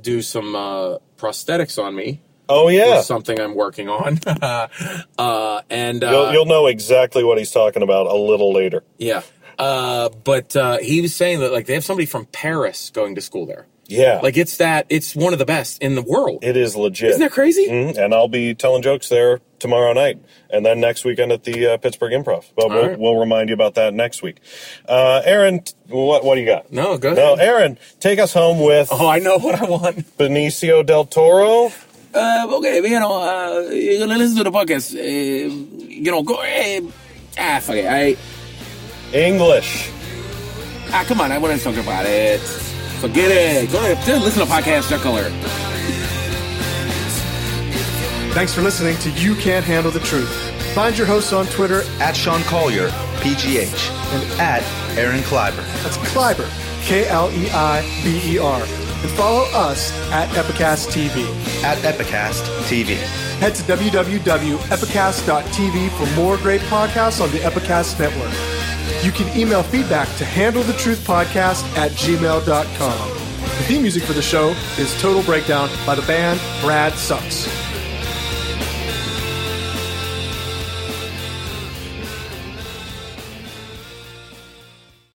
[SPEAKER 2] do some uh, prosthetics on me.
[SPEAKER 1] oh yeah,
[SPEAKER 2] Or something I'm working on. uh, and uh,
[SPEAKER 1] you'll, you'll know exactly what he's talking about a little later.
[SPEAKER 2] yeah. Uh, but uh, he was saying that like they have somebody from Paris going to school there.
[SPEAKER 1] Yeah,
[SPEAKER 2] Like it's that it's one of the best in the world.
[SPEAKER 1] it is legit.
[SPEAKER 2] Isn't that crazy?
[SPEAKER 1] Mhm, And I'll be telling jokes there tomorrow night, and then next weekend at the uh, Pittsburgh Improv. But we'll,
[SPEAKER 2] right.
[SPEAKER 1] we'll remind you about that next week. Uh, Aaron, t- what what do you got?
[SPEAKER 2] No, go
[SPEAKER 1] No,
[SPEAKER 2] ahead.
[SPEAKER 1] Aaron, take us home with
[SPEAKER 2] Oh, I know what I want.
[SPEAKER 1] Benicio del Toro.
[SPEAKER 2] uh, okay, you know, uh, you're gonna listen to the podcast. Uh, you know, go. Uh, ah, fuck it. I,
[SPEAKER 1] English.
[SPEAKER 2] ah, come on. I want to talk about it. Forget it. Go ahead. Just listen to podcast. Your color.
[SPEAKER 3] Thanks for listening to You Can't Handle the Truth. Find your hosts on Twitter,
[SPEAKER 5] at Sean Collier, PGH, and at Aaron Kleiber.
[SPEAKER 3] that's Kleiber, K L E I B E R. And follow us at Epicast TV.
[SPEAKER 5] at Epicast TV.
[SPEAKER 3] Head to www.epicast.tv for more great podcasts on the Epicast Network. You can email feedback to handlethetruthpodcast at gmail.com. The theme music for the show is Total Breakdown by the band Brad Sucks.